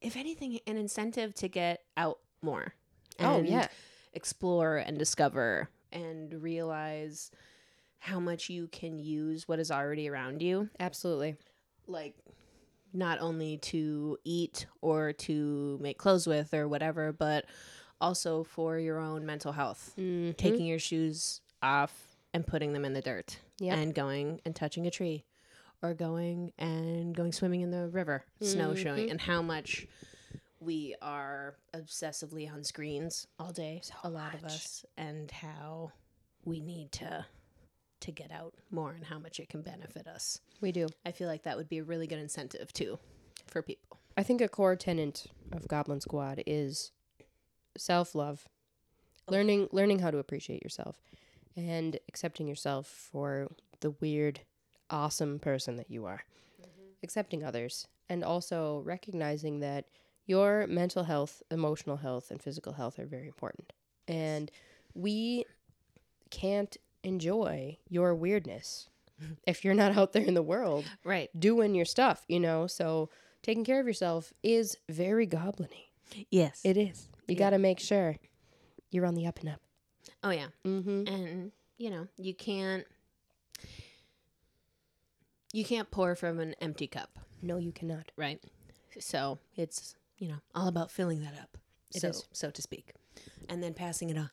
if anything, an incentive to get out more. Oh, and yeah. Explore and discover and realize how much you can use what is already around you. Absolutely. Like not only to eat or to make clothes with or whatever, but also for your own mental health. Mhm. Taking your shoes off and putting them in the dirt Yep. and going and touching a tree or going and going swimming in the river snowshoeing and how much we are obsessively on screens all day a lot of us and how we need to to get out more and how much it can benefit us we do. i feel like that would be a really good incentive too for people I think a core tenet of Goblin Squad is self love, learning learning how to appreciate yourself, and accepting yourself for the weird, awesome person that you are. Accepting others, and also recognizing that your mental health, emotional health, and physical health are very important. And we can't enjoy your weirdness if you're not out there in the world right doing your stuff, you know. So taking care of yourself is very goblin-y. yes It is. You got to make sure you're on the up and up. oh yeah Mm-hmm. and you know you can't you can't pour from an empty cup No, you cannot. right? So it's you know all about filling that up, It so is. so to speak, and then passing it on.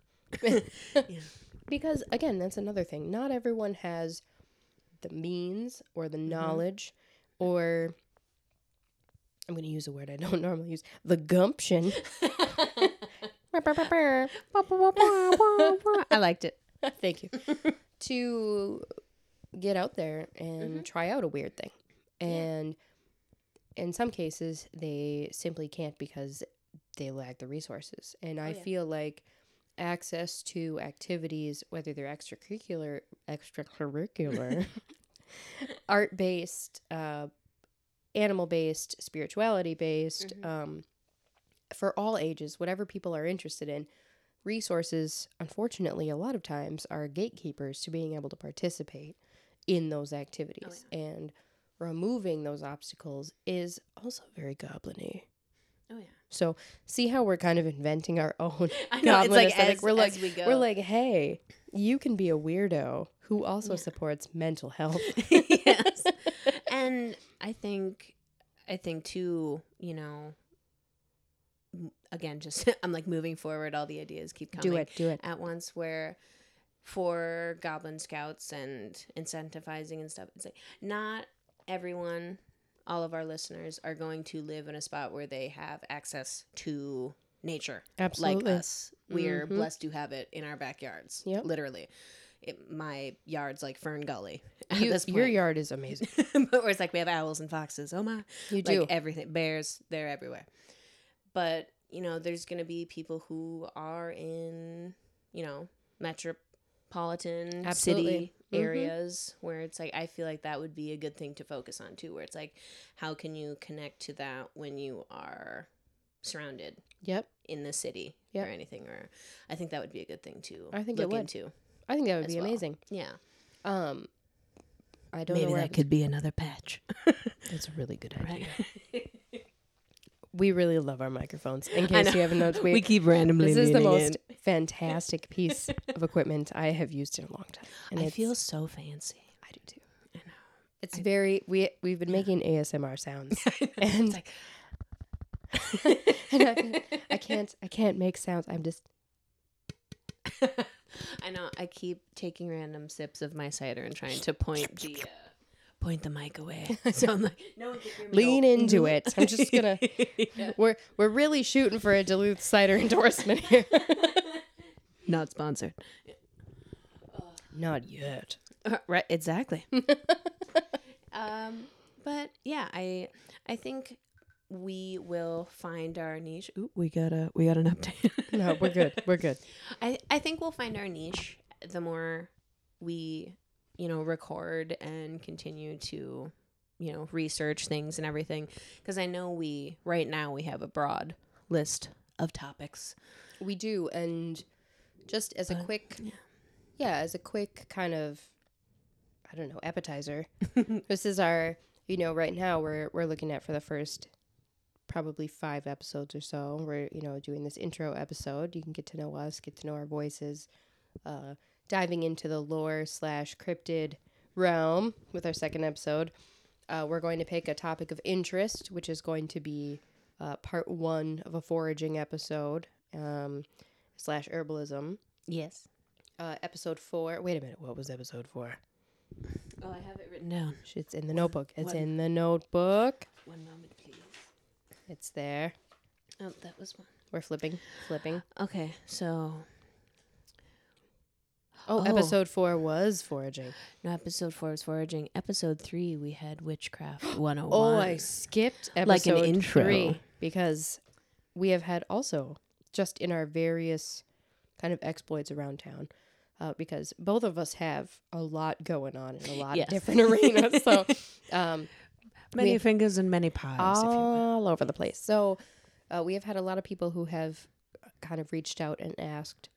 Because again, that's another thing. Not everyone has the means or the knowledge or I'm going to use a word I don't normally use, the gumption. I liked it. Thank you. to get out there and try out a weird thing. And in some cases, they simply can't because they lack the resources. Oh, And I feel like access to activities, whether they're extracurricular, extracurricular, art based, uh, animal based, spirituality based, Mm-hmm. um, for all ages, whatever people are interested in, resources, unfortunately, a lot of times are gatekeepers to being able to participate in Oh, those activities. And removing those obstacles is also very goblin Oh yeah, So see how we're kind of inventing our own I know. It's goblin like aesthetic. as, we're like as we go. we're like, hey, you can be a weirdo who also supports mental health. yes, and I think I think too. You know, m- again, just I'm like moving forward. All the ideas keep coming. do it, do it. at once where for goblin scouts and incentivizing and stuff it's like not everyone all of our listeners are going to live in a spot where they have access to nature Absolutely. like us we're Mhm. blessed to have it in our backyards Yep. literally it, my yard's like fern gully at You- this point your yard is amazing. eh, but where it's like we have owls and foxes oh my You like do. everything bears they're everywhere but you know there's gonna be people who are in you know metropolitan Absolutely. city Mhm. areas where it's like i feel like that would be a good thing to focus on too where it's like how can you connect to that when you are surrounded yep. in the city Yep. or anything or i think that would be a good thing to I think it look would. into I think that would as be well. amazing. Yeah. Um, I don't know Maybe where I that was- could be another patch. That's a really good idea. we really love our microphones. In I case know. you haven't noticed, we, we keep randomly. this is the leaning most in. fantastic piece of equipment I have used in a long time. And I it's- feel so fancy. I do too. It's very we we've been making ASMR sounds, It's and, like and I, I can't I can't make sounds. I'm just I know. I keep taking random sips of my cider and trying to point the uh, point the mic away. So I'm like, no one can hear me. Mm-hmm. lean into it. I'm just gonna Yeah. we're we're really shooting for a Duluth cider endorsement here. Not sponsored. Uh, Not yet. right. Exactly. um, but yeah, I I think we will find our niche. Ooh, we got a we got an update. No, we're good. We're good. I, I think we'll find our niche the more we, you know, record and continue to, you know, research things and everything. Because I know we, right now, we have a broad list of topics. We do, and just as a quick, yeah. as a quick kind of, I don't know, appetizer. this is our, you know, right now we're we're looking at for the first probably five episodes or so. We're you know doing this intro episode. You can get to know us, get to know our voices, uh, diving into the lore slash cryptid realm with our second episode. Uh, we're going to pick a topic of interest, which is going to be uh, part one of a foraging episode um, slash herbalism. Yes. Uh, episode four. Wait a minute. What was episode four? Oh, I have it written down. Sh- It's in the notebook. It's what- in the notebook. One moment, please. It's there. Oh, that was one. We're flipping, flipping. Okay, so Oh, Oh. episode four was foraging. no, episode four is foraging. Episode three, we had witchcraft 101. Oh, I skipped episode Like an intro. three because we have had also just in our various kind of exploits around town. Uh, because both of us have a lot going on in a lot Yes. of different arenas, so um, many we- fingers and many pies. if you will. all over the place. So uh, we have had a lot of people who have uh, kind of reached out and asked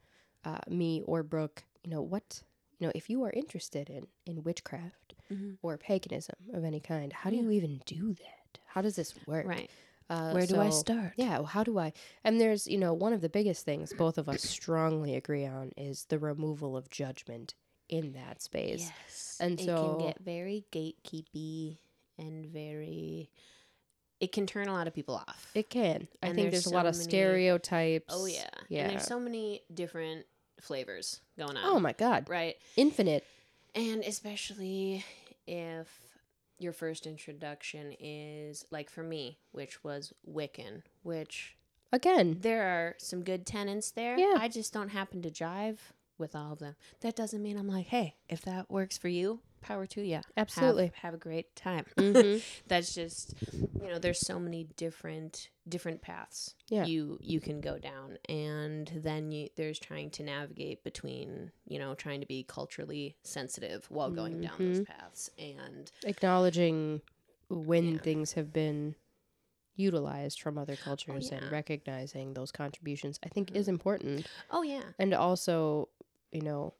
uh, me or Brooke, you know, what, you know, if you are interested in in witchcraft Mm-hmm. or paganism of any kind, how do you even do that? How does this work? Right. Uh, Where do I so- start? Yeah, well, how do I? And there's, you know, one of the biggest things both of us strongly agree on is the removal of judgment in that space. Yes. And it so- can get very gatekeepy and very it can turn a lot of people off. It can. I And think there's there's, a lot so of many- stereotypes. oh yeah. Yeah. And there's so many different flavors going on. oh my God. Right. Infinite. And especially if your first introduction is like for me, which was Wiccan, which Again, there are some good tenants there. Yeah. I just don't happen to jive with all of them. That doesn't mean I'm like, hey, if that works for you, power to you. absolutely. Have, have a great time. Mhm. That's just you know, there's so many different different paths Yeah. you you can go down. And then you there's trying to navigate between, you know, trying to be culturally sensitive while going down those Mm-hmm. paths and Acknowledging when things have been utilized from other cultures yeah. and recognizing those contributions, I think is important. oh yeah. And also, you know,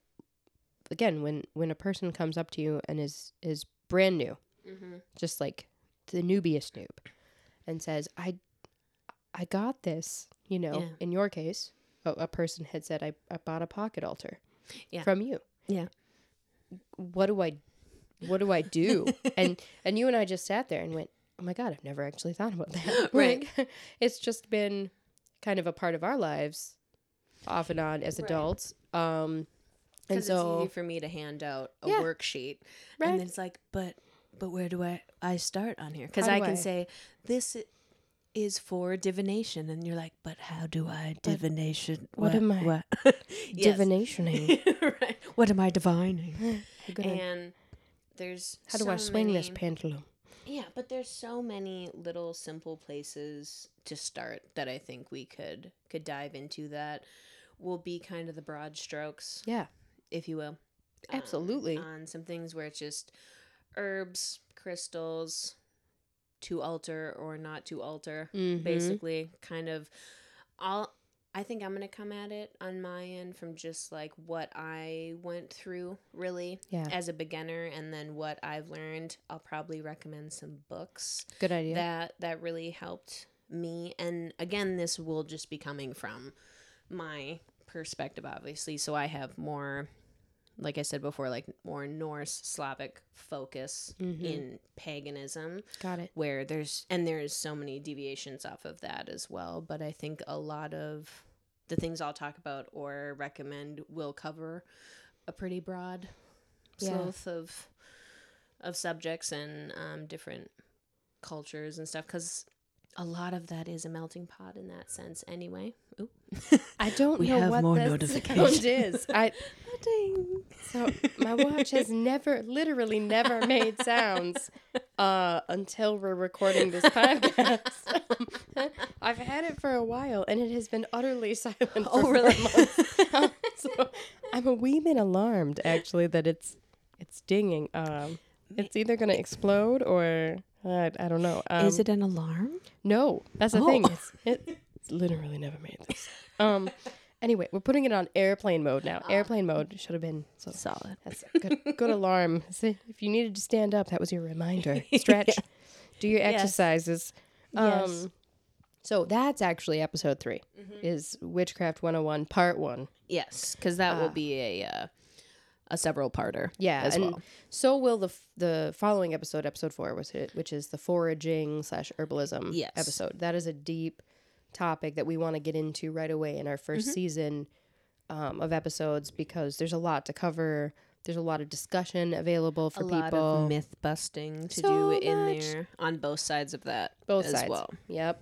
again, when when a person comes up to you and is is brand new, Mm-hmm. just like the newbiest noob, and says, "I, I got this," you know, Yeah. in your case, a, a person had said, "I, I bought a pocket altar Yeah. from you." Yeah. What do I, what do I do? and and you and I just sat there and went, "Oh my god, I've never actually thought about that." Right. Like, it's just been kind of a part of our lives, off and on as adults. Um, and Because so it's easy for me to hand out a Yeah. worksheet, Right. and then it's like, but but where do I I start on here? Because How I do can I- say this i- is for divination, and you're like, but how do I divination? what am I What? Yes. divinationing. right. What am I divining? I'm gonna- and there's How do I so swing this many- pendulum? yeah, but there's so many little simple places to start that I think we could could dive into that will be kind of the broad strokes, Yeah, if you will um, absolutely. on some things where it's just herbs, crystals, to alter or not to alter, Mhm. basically, kind of all I think I'm going to come at it on my end from just like what I went through really Yeah. as a beginner and then what I've learned. I'll probably recommend some books Good idea. that that really helped me and again this will just be coming from my perspective obviously so i have more like i said before like more norse slavic focus in paganism Got it. where there's and there's so many deviations off of that as well but i think a lot of the things i'll talk about or recommend will cover a pretty broad Yeah. swath of of subjects and um, different cultures and stuff because a lot of that is a melting pot in that sense anyway Ooh. I don't We know have what more that notifications. sound is. I so my watch has never, literally never made sounds uh, until we're recording this podcast. I've had it for a while, and it has been utterly silent. for really? four months. so I'm a wee bit alarmed, actually, that it's it's dinging. Um, it's either going to explode or uh, I don't know. Um, Is it an alarm? no, that's the Oh. thing. It's, it, it's literally never made this. Um. Anyway, we're putting it on airplane mode now. Airplane mode should have been so Solid. that's a good. Good alarm. See, if you needed to stand up, that was your reminder. Stretch. Do your exercises. Um, So that's actually episode 3 Is Witchcraft 101 Part One. yes because that will be a uh, a several parter Yeah, as and well So will the f- the following episode, episode four, was it, which is the foraging slash herbalism Yes. episode. That is a deep topic that we want to get into right away in our 1st Mm-hmm. season um, of episodes because there's a lot to cover. There's a lot of discussion available for a people. lot of myth busting to So do in much. there on both sides of that both as sides. well Yep.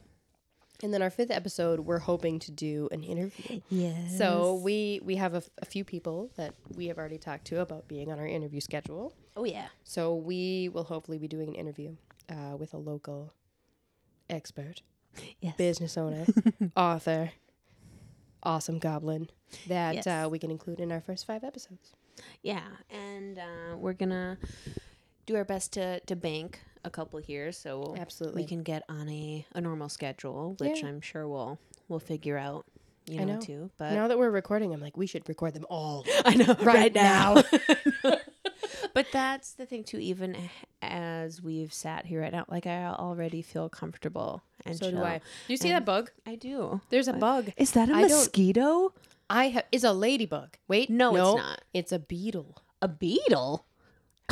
And then our fifth episode, we're hoping to do an interview. Yes. So we we have a, f- a few people that we have already talked to about being on our interview schedule. oh yeah So we will hopefully be doing an interview uh, with a local expert, Yes. business owner, author, awesome goblin that Yes. uh, we can include in our first five episodes. Yeah, and uh, we're gonna do our best to to bank a couple here, so Absolutely. we can get on a, a normal schedule, which Yeah. I'm sure we'll we'll figure out, you know, know. too. But now that we're recording, I'm like, we should record them all I know right, now. but that's the thing too. Even as we've sat here right now, like I already feel comfortable and so do chill. I. You see that bug? I do. There's a bug. Is that a I don't- mosquito? I have. It's a ladybug. Wait, No, it's not. It's a beetle. A beetle.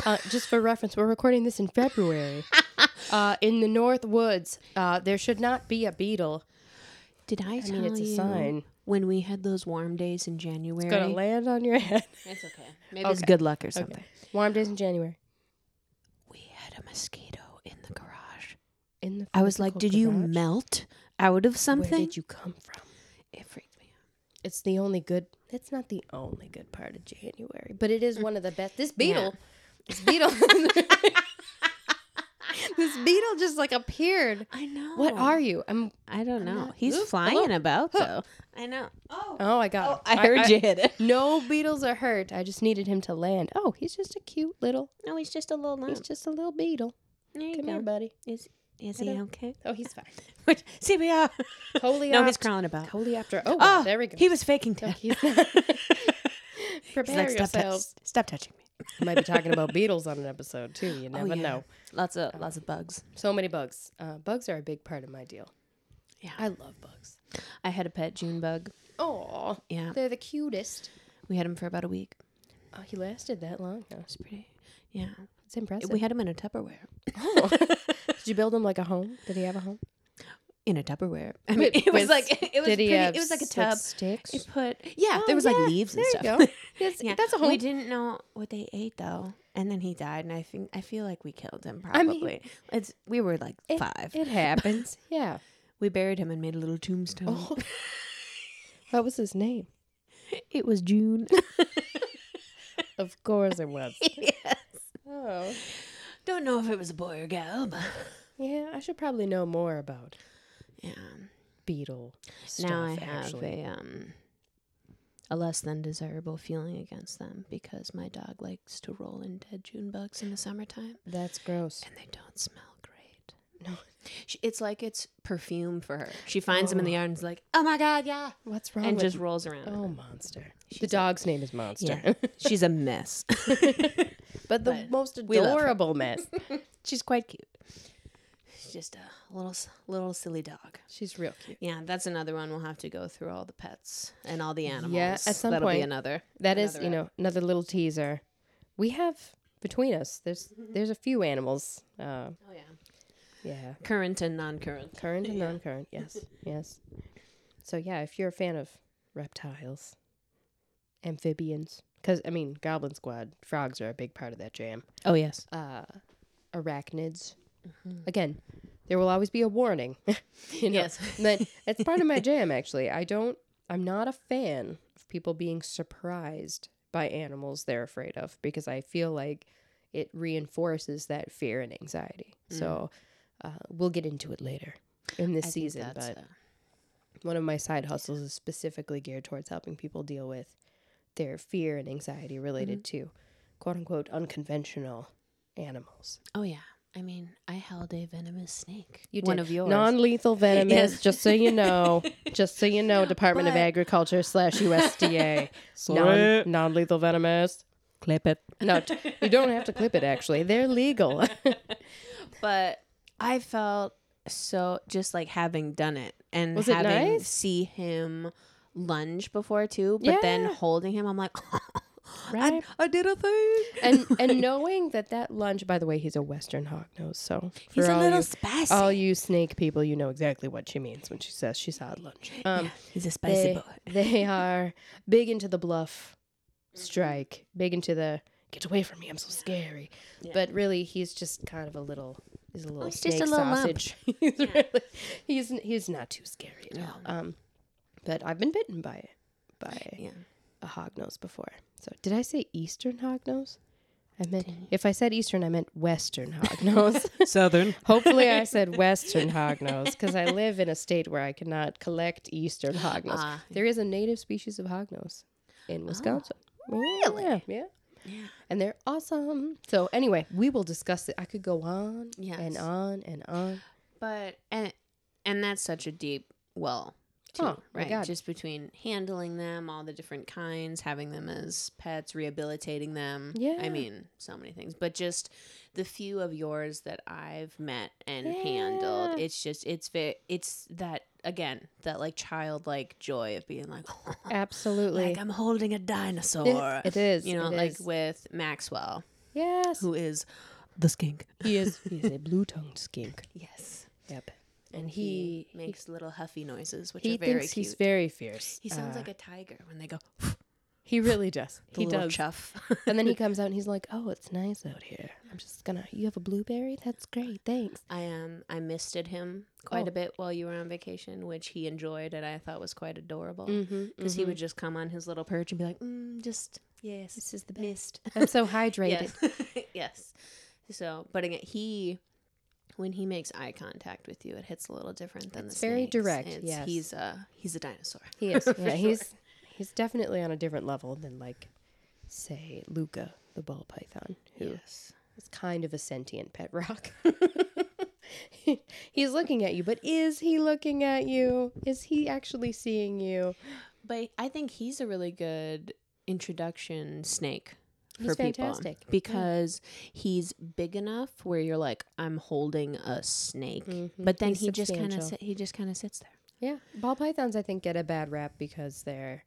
Uh, just for reference, we're recording this in February. uh, in the North Woods, uh, there should not be a beetle. Did I, I tell mean, it's a you sign. when we had those warm days in January? Gonna land on your head. It's okay. Maybe it's It's good luck or something. Okay. Warm days in January. We had a mosquito in the garage. In the I was like, physical did you garage? melt out of something? Where did you come from? It freaked me out. It's the only good. It's not the only good part of January, but it is one of the best. This beetle, this beetle, this beetle just like appeared. I know. What are you? I'm. I don't know. not- He's Oop, flying hello, about huh. though. I know. Oh, Oh, I got. it. hit it. No beetles are hurt. I just needed him to land. Oh, he's just a cute little. No, he's just a little He's lump. just a little beetle. Oh. There you Come here, go. buddy. Is is he okay? Oh, he's fine. Wait, CPR. Coleopter. no, he's crawling about. Coleopter. Oh, Oh, there we go. He was faking No, death. he's He's Prepare like, stop, tou- yourselves. stop touching me. I might be talking about beetles on an episode too. You never Oh, yeah. know. Lots of lots of bugs. So many bugs. Uh, bugs are a big part of my deal. Yeah. I love bugs. I had a pet June bug. Oh, Yeah, they're the cutest. we had him for about a week. Oh, he lasted that long. huh? It's pretty. Yeah, It's impressive. we had him in a Tupperware. Did you build him like a home? Did he have a home? In a Tupperware. I mean, it was With- like it was Did pretty. he have It was like a s- tub. sticks? You put yeah, Oh, there was yeah, like leaves and there stuff. You go. That's, Yeah, that's a home. We didn't know what they ate though, and then he died, and I think I feel like we killed him I probably. mean, it's we were like It- five. It happens. yeah. we buried him and made a little tombstone. Oh. What was his name? It was June. Of course it was. yes. oh. Don't know if it was a boy or gal, but Yeah, I should probably know more about yeah. beetle stuff. now I have actually. a um a less than desirable feeling against them because my dog likes to roll in dead June bugs in the summertime, That's gross. and they don't smell great. No. sh it's like it's perfume for her. She finds him in the yard and is like, "Oh my god, yeah," What's wrong? and with just rolls around. oh, monster. the dog's name is Monster, Yeah, she's a mess. but the most love her. adorable mess. she's quite cute. She's just a little s- little silly dog. She's real cute. Yeah, that's another one. We'll have to go through all the pets and all the animals. at some That'll be point. another. That is, you know, another little teaser. We have between us. There's there's a few animals. Uh, Oh yeah, yeah, current and non-current. current and non-current. Yes, yes. So yeah, if you're a fan of reptiles, amphibians, because I mean, Goblin Squad frogs are a big part of that jam. Oh yes. Uh, arachnids. Again, there will always be a warning. you know, Yes. but it's part of my jam. Actually, I don't. I'm not a fan of people being surprised by animals they're afraid of because I feel like it reinforces that fear and anxiety. So uh, we'll get into it later in this season. But one of my side hustles is specifically geared towards helping people deal with their fear and anxiety related to quote unquote unconventional animals. oh yeah. I mean, I held a venomous snake. You one did. of yours. Non-lethal venomous, Yes. just so you know, just so you know, Department of But- Agriculture slash USDA. non, non-lethal venomous. Clip it. No, t- you don't have to clip it. Actually, they're legal. but I felt so just like having done it and Was it having nice? see him lunge before too, but then Yeah. holding him, I'm like, Right. I, I did a thing. and and knowing that that lunge, by the way, he's a Western hognose, so He's for a all little you- spicy. All you snake people, you know exactly what she means when she says she saw it lunch. Um, He's a spicy they, boy. Mm-hmm. they are big into the bluff strike, big into the get away from me, I'm so scary. But really, he's just kind of a little. He's a little Oh, he's snake just a little lump. sausage. he's, really, he's he's not too scary at all. Um, but I've been bitten by it by Yeah. a hognose before. So did I say Eastern hognose? I meant if I said Eastern, I meant Western hognose. Southern. Hopefully, I said Western hognose because I live in a state where I cannot collect Eastern hognose. Ah. Oh, there is a native species of hognose in Wisconsin. Really? Yeah. yeah. And they're awesome. So anyway, we will discuss it. I could go on Yes. Uh, and on and on. But and and that's such a deep well, too, Oh, my right? God. Just between handling them, all the different kinds, having them as pets, rehabilitating them. Yeah. I mean, so many things. But just the few of yours that I've met and handled, Yeah. it's just it's very it's that again that like childlike joy of being like. Absolutely. Like I'm holding a dinosaur. it is. You know, it like is. with Maxwell, yes, who is the skink. he is. He's a blue-tongued skink. Yes. Yep. And he, makes little huffy noises, which He are very thinks cute. he's very fierce. He sounds Uh, like a tiger when they go. he really does. The he little does. chuff. And then he comes out and he's like, "Oh, it's nice out here. I'm just gonna. You have a blueberry? That's great. Thanks." I um I misted him quite Oh. a bit while you were on vacation, which he enjoyed and I thought was quite adorable because Mm-hmm, he would just come on his little perch and be like, mm, just yes, this is the mist. I'm so hydrated. yes, yes. So, but again, he when he makes eye contact with you, it hits a little different than It's the very snakes. direct, It's- yes. he's a he's a dinosaur. He is. Yeah, he's he's definitely on a different level than like, say, Luca the ball python, who is Yes. kind of a sentient pet rock. he's looking at you, but is he looking at you? Is he actually seeing you? But I think he's a really good introduction snake for He's people fantastic, Mm-hmm. yeah. because he's big enough where you're like I'm holding a snake, but then Mm-hmm. He's he just kind of substantial. sit, he just kind of sits there. Yeah, ball pythons I think get a bad rap because they're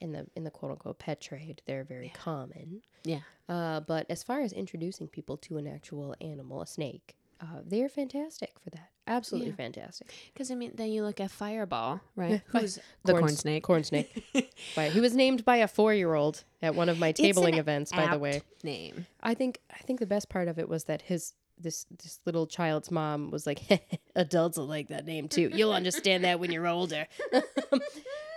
in the in the quote unquote pet trade. They're very common. Yeah. Uh, but as far as introducing people to an actual animal, a snake, uh, they're fantastic for that. Absolutely fantastic. Cuz I mean then you look at Fireball, right? Who's the Corn corn, s- snake? Corn snake. but he was named by a four-year-old at one of my It's an tabling events. By the apt way, name. I think I think the best part of it was that his this this little child's mom was like, adults will like that name too. You'll understand that when you're older.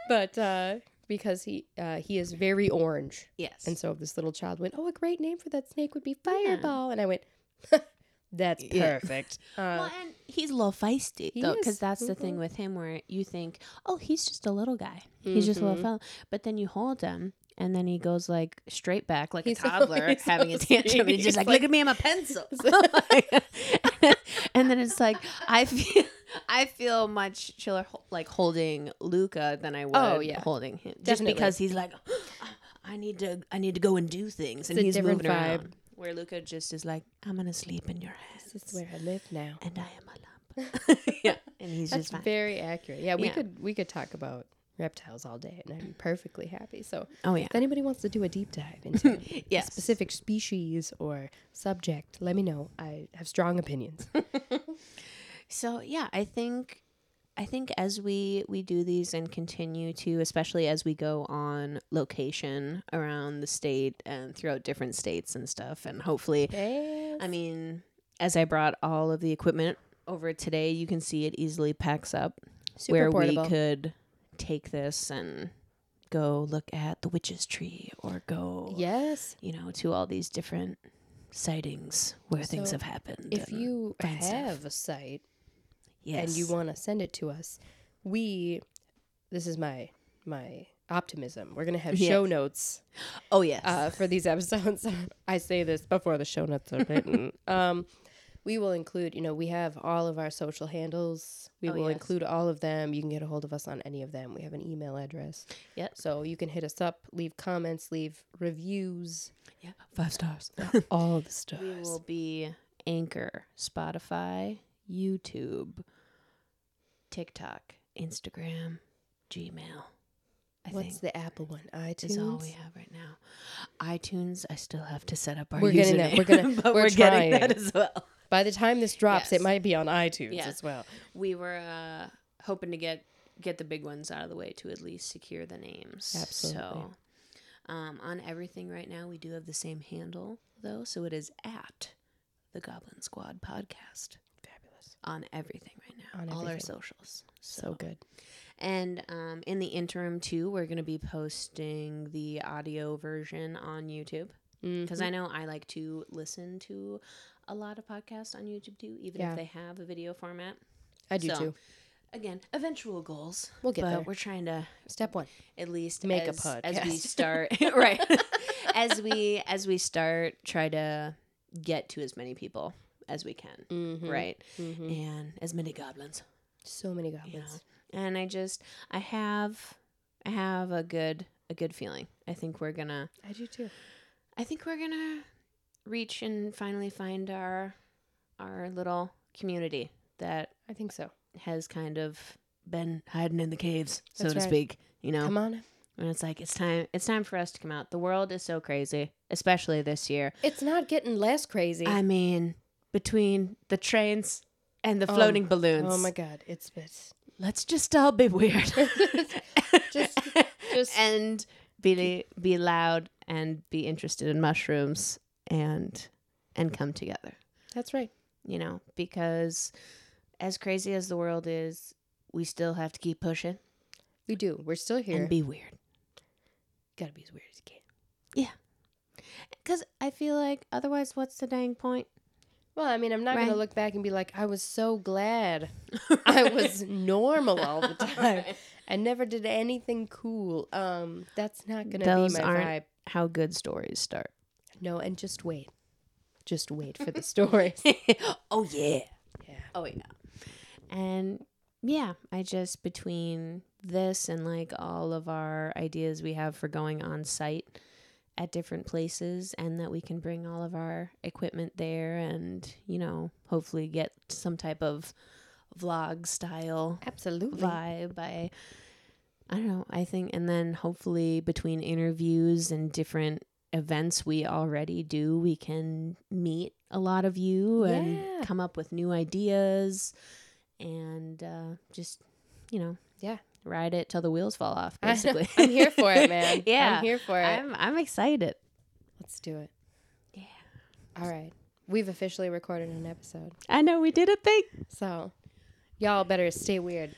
but uh, because he uh, he is very orange, Yes. and so this little child went, "Oh, a great name for that snake would be Fireball," and I went, "That's perfect." Uh, well, and he's a little feisty He though, because is. Mm-hmm. that's the thing with him where you think, oh, he's just a little guy, he's just a Mm-hmm. little fellow, but then you hold him. And then he goes like straight back, like He's a so- toddler he's so having a tantrum. and He's sweet. just like, He's "Look at me, I'm a pencil." and then it's like I feel I feel much chiller ho- like holding Luca than I would Oh, yeah. holding him just Definitely. because he's like I need to I need to go and do things and a he's different moving vibe. around. Where Luca just is like I'm gonna sleep in your head This is where I live now. and I am a lump. yeah, and he's That's just fine. very accurate. Yeah, we Yeah. could we could talk about reptiles all day, and I'd be perfectly happy. So, oh yeah, if anybody wants to do a deep dive into a yes. specific species or subject, let me know. I have strong opinions. So yeah, I think I think as we we do these and continue to, especially as we go on location around the state and throughout different states and stuff, and hopefully, I mean, as I brought all of the equipment over today, you can see it easily packs up Super where portable. we could take this and go look at the witch's tree or go yes. you know to all these different sightings where things So, have happened If and- you find stuff. have a site yes and you want to send it to us, we this is my my optimism. We're gonna have show notes oh yes uh, for these episodes. I say this before the show notes are written. um, we will include, you know, we have all of our social handles. We Oh, will include all of them. You can get a hold of us on any of them. We have an email address. Yep. So you can hit us up, leave comments, leave reviews, yeah five stars all the stuff. We will be Anchor, Spotify, YouTube, TikTok, Instagram, Gmail. I What's think the Apple one? iTunes. is all we have right now. iTunes, I still have to set up our We're getting that. We're gonna- username, but we're we're, getting trying. that as well. By the time this drops, it Yes. might be on iTunes Yeah. as well. We were uh, hoping to get get the big ones out of the way to at least secure the names. Absolutely. So, um, on everything right now, we do have the same handle though, so it is at the Goblin Squad Podcast. Fabulous. on everything right now, On all our everything. socials. So, So good. and um, in the interim too, we're going to be posting the audio version on YouTube Mm-hmm. Mm, because I know I like to listen to a lot of podcasts on YouTube too, even Yeah. if they have a video format. I do So, too. Again, eventual goals. We'll get but there. We're trying to Step one. at least Make a as, as we podcast. start right as we as we start try to get to as many people as we can Mm-hmm. right and as many goblins So many goblins. and i just i have i have a good a good feeling i think we're gonna I do too. i think we're gonna reach and finally find our our little community that I think so. has kind of been hiding in the caves so That's to right. speak you know Come on. and it's like it's time it's time for us to come out the world is so crazy especially this year It's not getting less crazy. i mean between the trains and the Oh, floating balloons Oh my god, it's it's let's just all be weird just just and be be loud and be interested in mushrooms and and come together that's right. you know because as crazy as the world is we still have to keep pushing We do. We're still here. and be weird Gotta be as weird as you can. because i feel like otherwise what's the dang point Well, I mean, I'm not gonna Right. look back and be like, I was so glad I was normal all the time. I never did anything cool. Um, that's not gonna Those be my aren't- vibe. how good stories start No, and just wait. Just wait for the stories. oh yeah. Yeah. Oh yeah. And yeah, I just between this and like all of our ideas we have for going on site at different places and that we can bring all of our equipment there and, you know, hopefully get some type of vlog style Absolutely. vibe. I I don't know. I think and then hopefully between interviews and different events we already do, we can meet a lot of you Yeah. and come up with new ideas and uh, just, you know, Yeah. ride it till the wheels fall off I know. basically. I'm here for it, man. yeah. I'm here for it. I'm I'm excited. Let's do it. Yeah. All right. We've officially recorded an episode. I know we did a thing. So y'all better stay weird.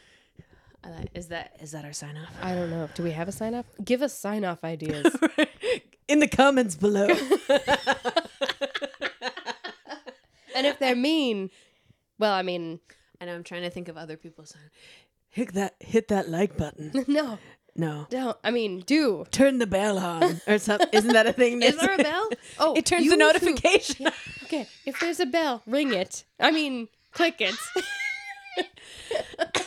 Uh, is that is that our sign off? I don't know. Do we have a sign off? Give us sign off ideas. In the comments below. and if they're mean, well, I mean, and I'm trying to think of other people's sign. Hit that hit that like button. no. No. Don't. I mean, do. Turn the bell on or something. Isn't that a thing? Is there a bell? Oh, It turns you the too. notification. Okay, if there's a bell, ring it. I mean, click it.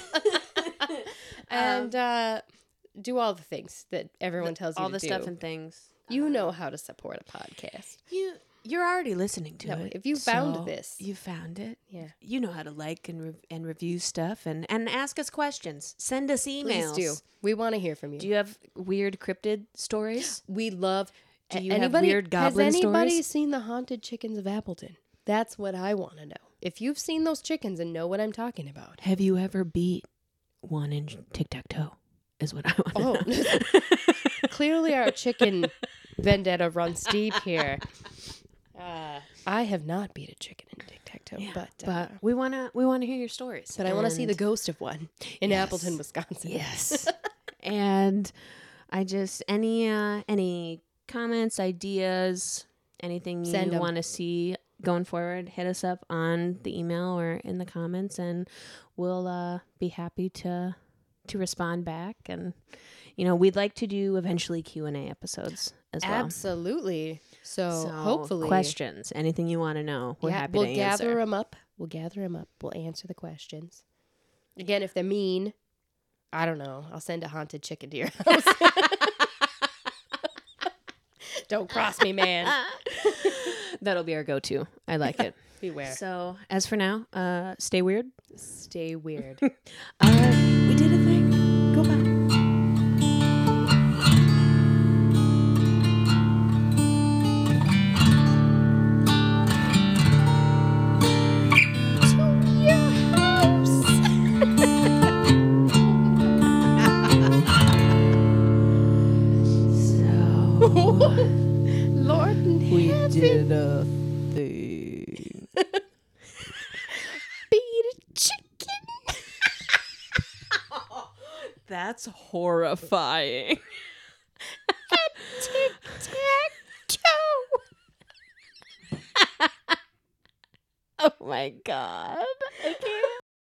and uh, do all the things that everyone tells you All to the do. stuff and things. you know how to support a podcast. You you're already listening to No, it. if you found so this- you found it. Yeah. You know how to like and re- and review stuff and and ask us questions. Send us Please emails. do. We want to hear from you. Do you have weird cryptid stories? we love. Do a- you have weird goblin Has anybody stories? seen the haunted chickens of Appleton? That's what I want to know. If you've seen those chickens and know what I'm talking about. Have you ever beat one in tic tac toe? Is what I Oh, want to know. clearly our chicken vendetta runs deep here. I have not beat a chicken in tic tac toe, but uh, Uh. but we wanna we wanna hear your stories. but I want to see the and- ghost of one in Appleton, Wisconsin. yes. and I just any uh, any comments, ideas, anything Send you 'em. want to see going forward, hit us up on the email or in the comments, and we'll uh, be happy to to respond back. And you know, we'd like to do eventually Q and A episodes as well. Absolutely. So, So, hopefully, questions, anything you want to know, we're yeah, happy we'll to gather answer. them up. We'll gather them up. We'll answer the questions. Again, if they're mean, I don't know. I'll send a haunted chicken to your house. don't cross me, man. That'll be our go-to. I like it. Beware. So, as for now, uh, stay weird. Stay weird. Uh, we did a thing. Go back. Lord in heaven. did a thing. beat a chicken. That's horrifying. Tic tac toe. Oh my god.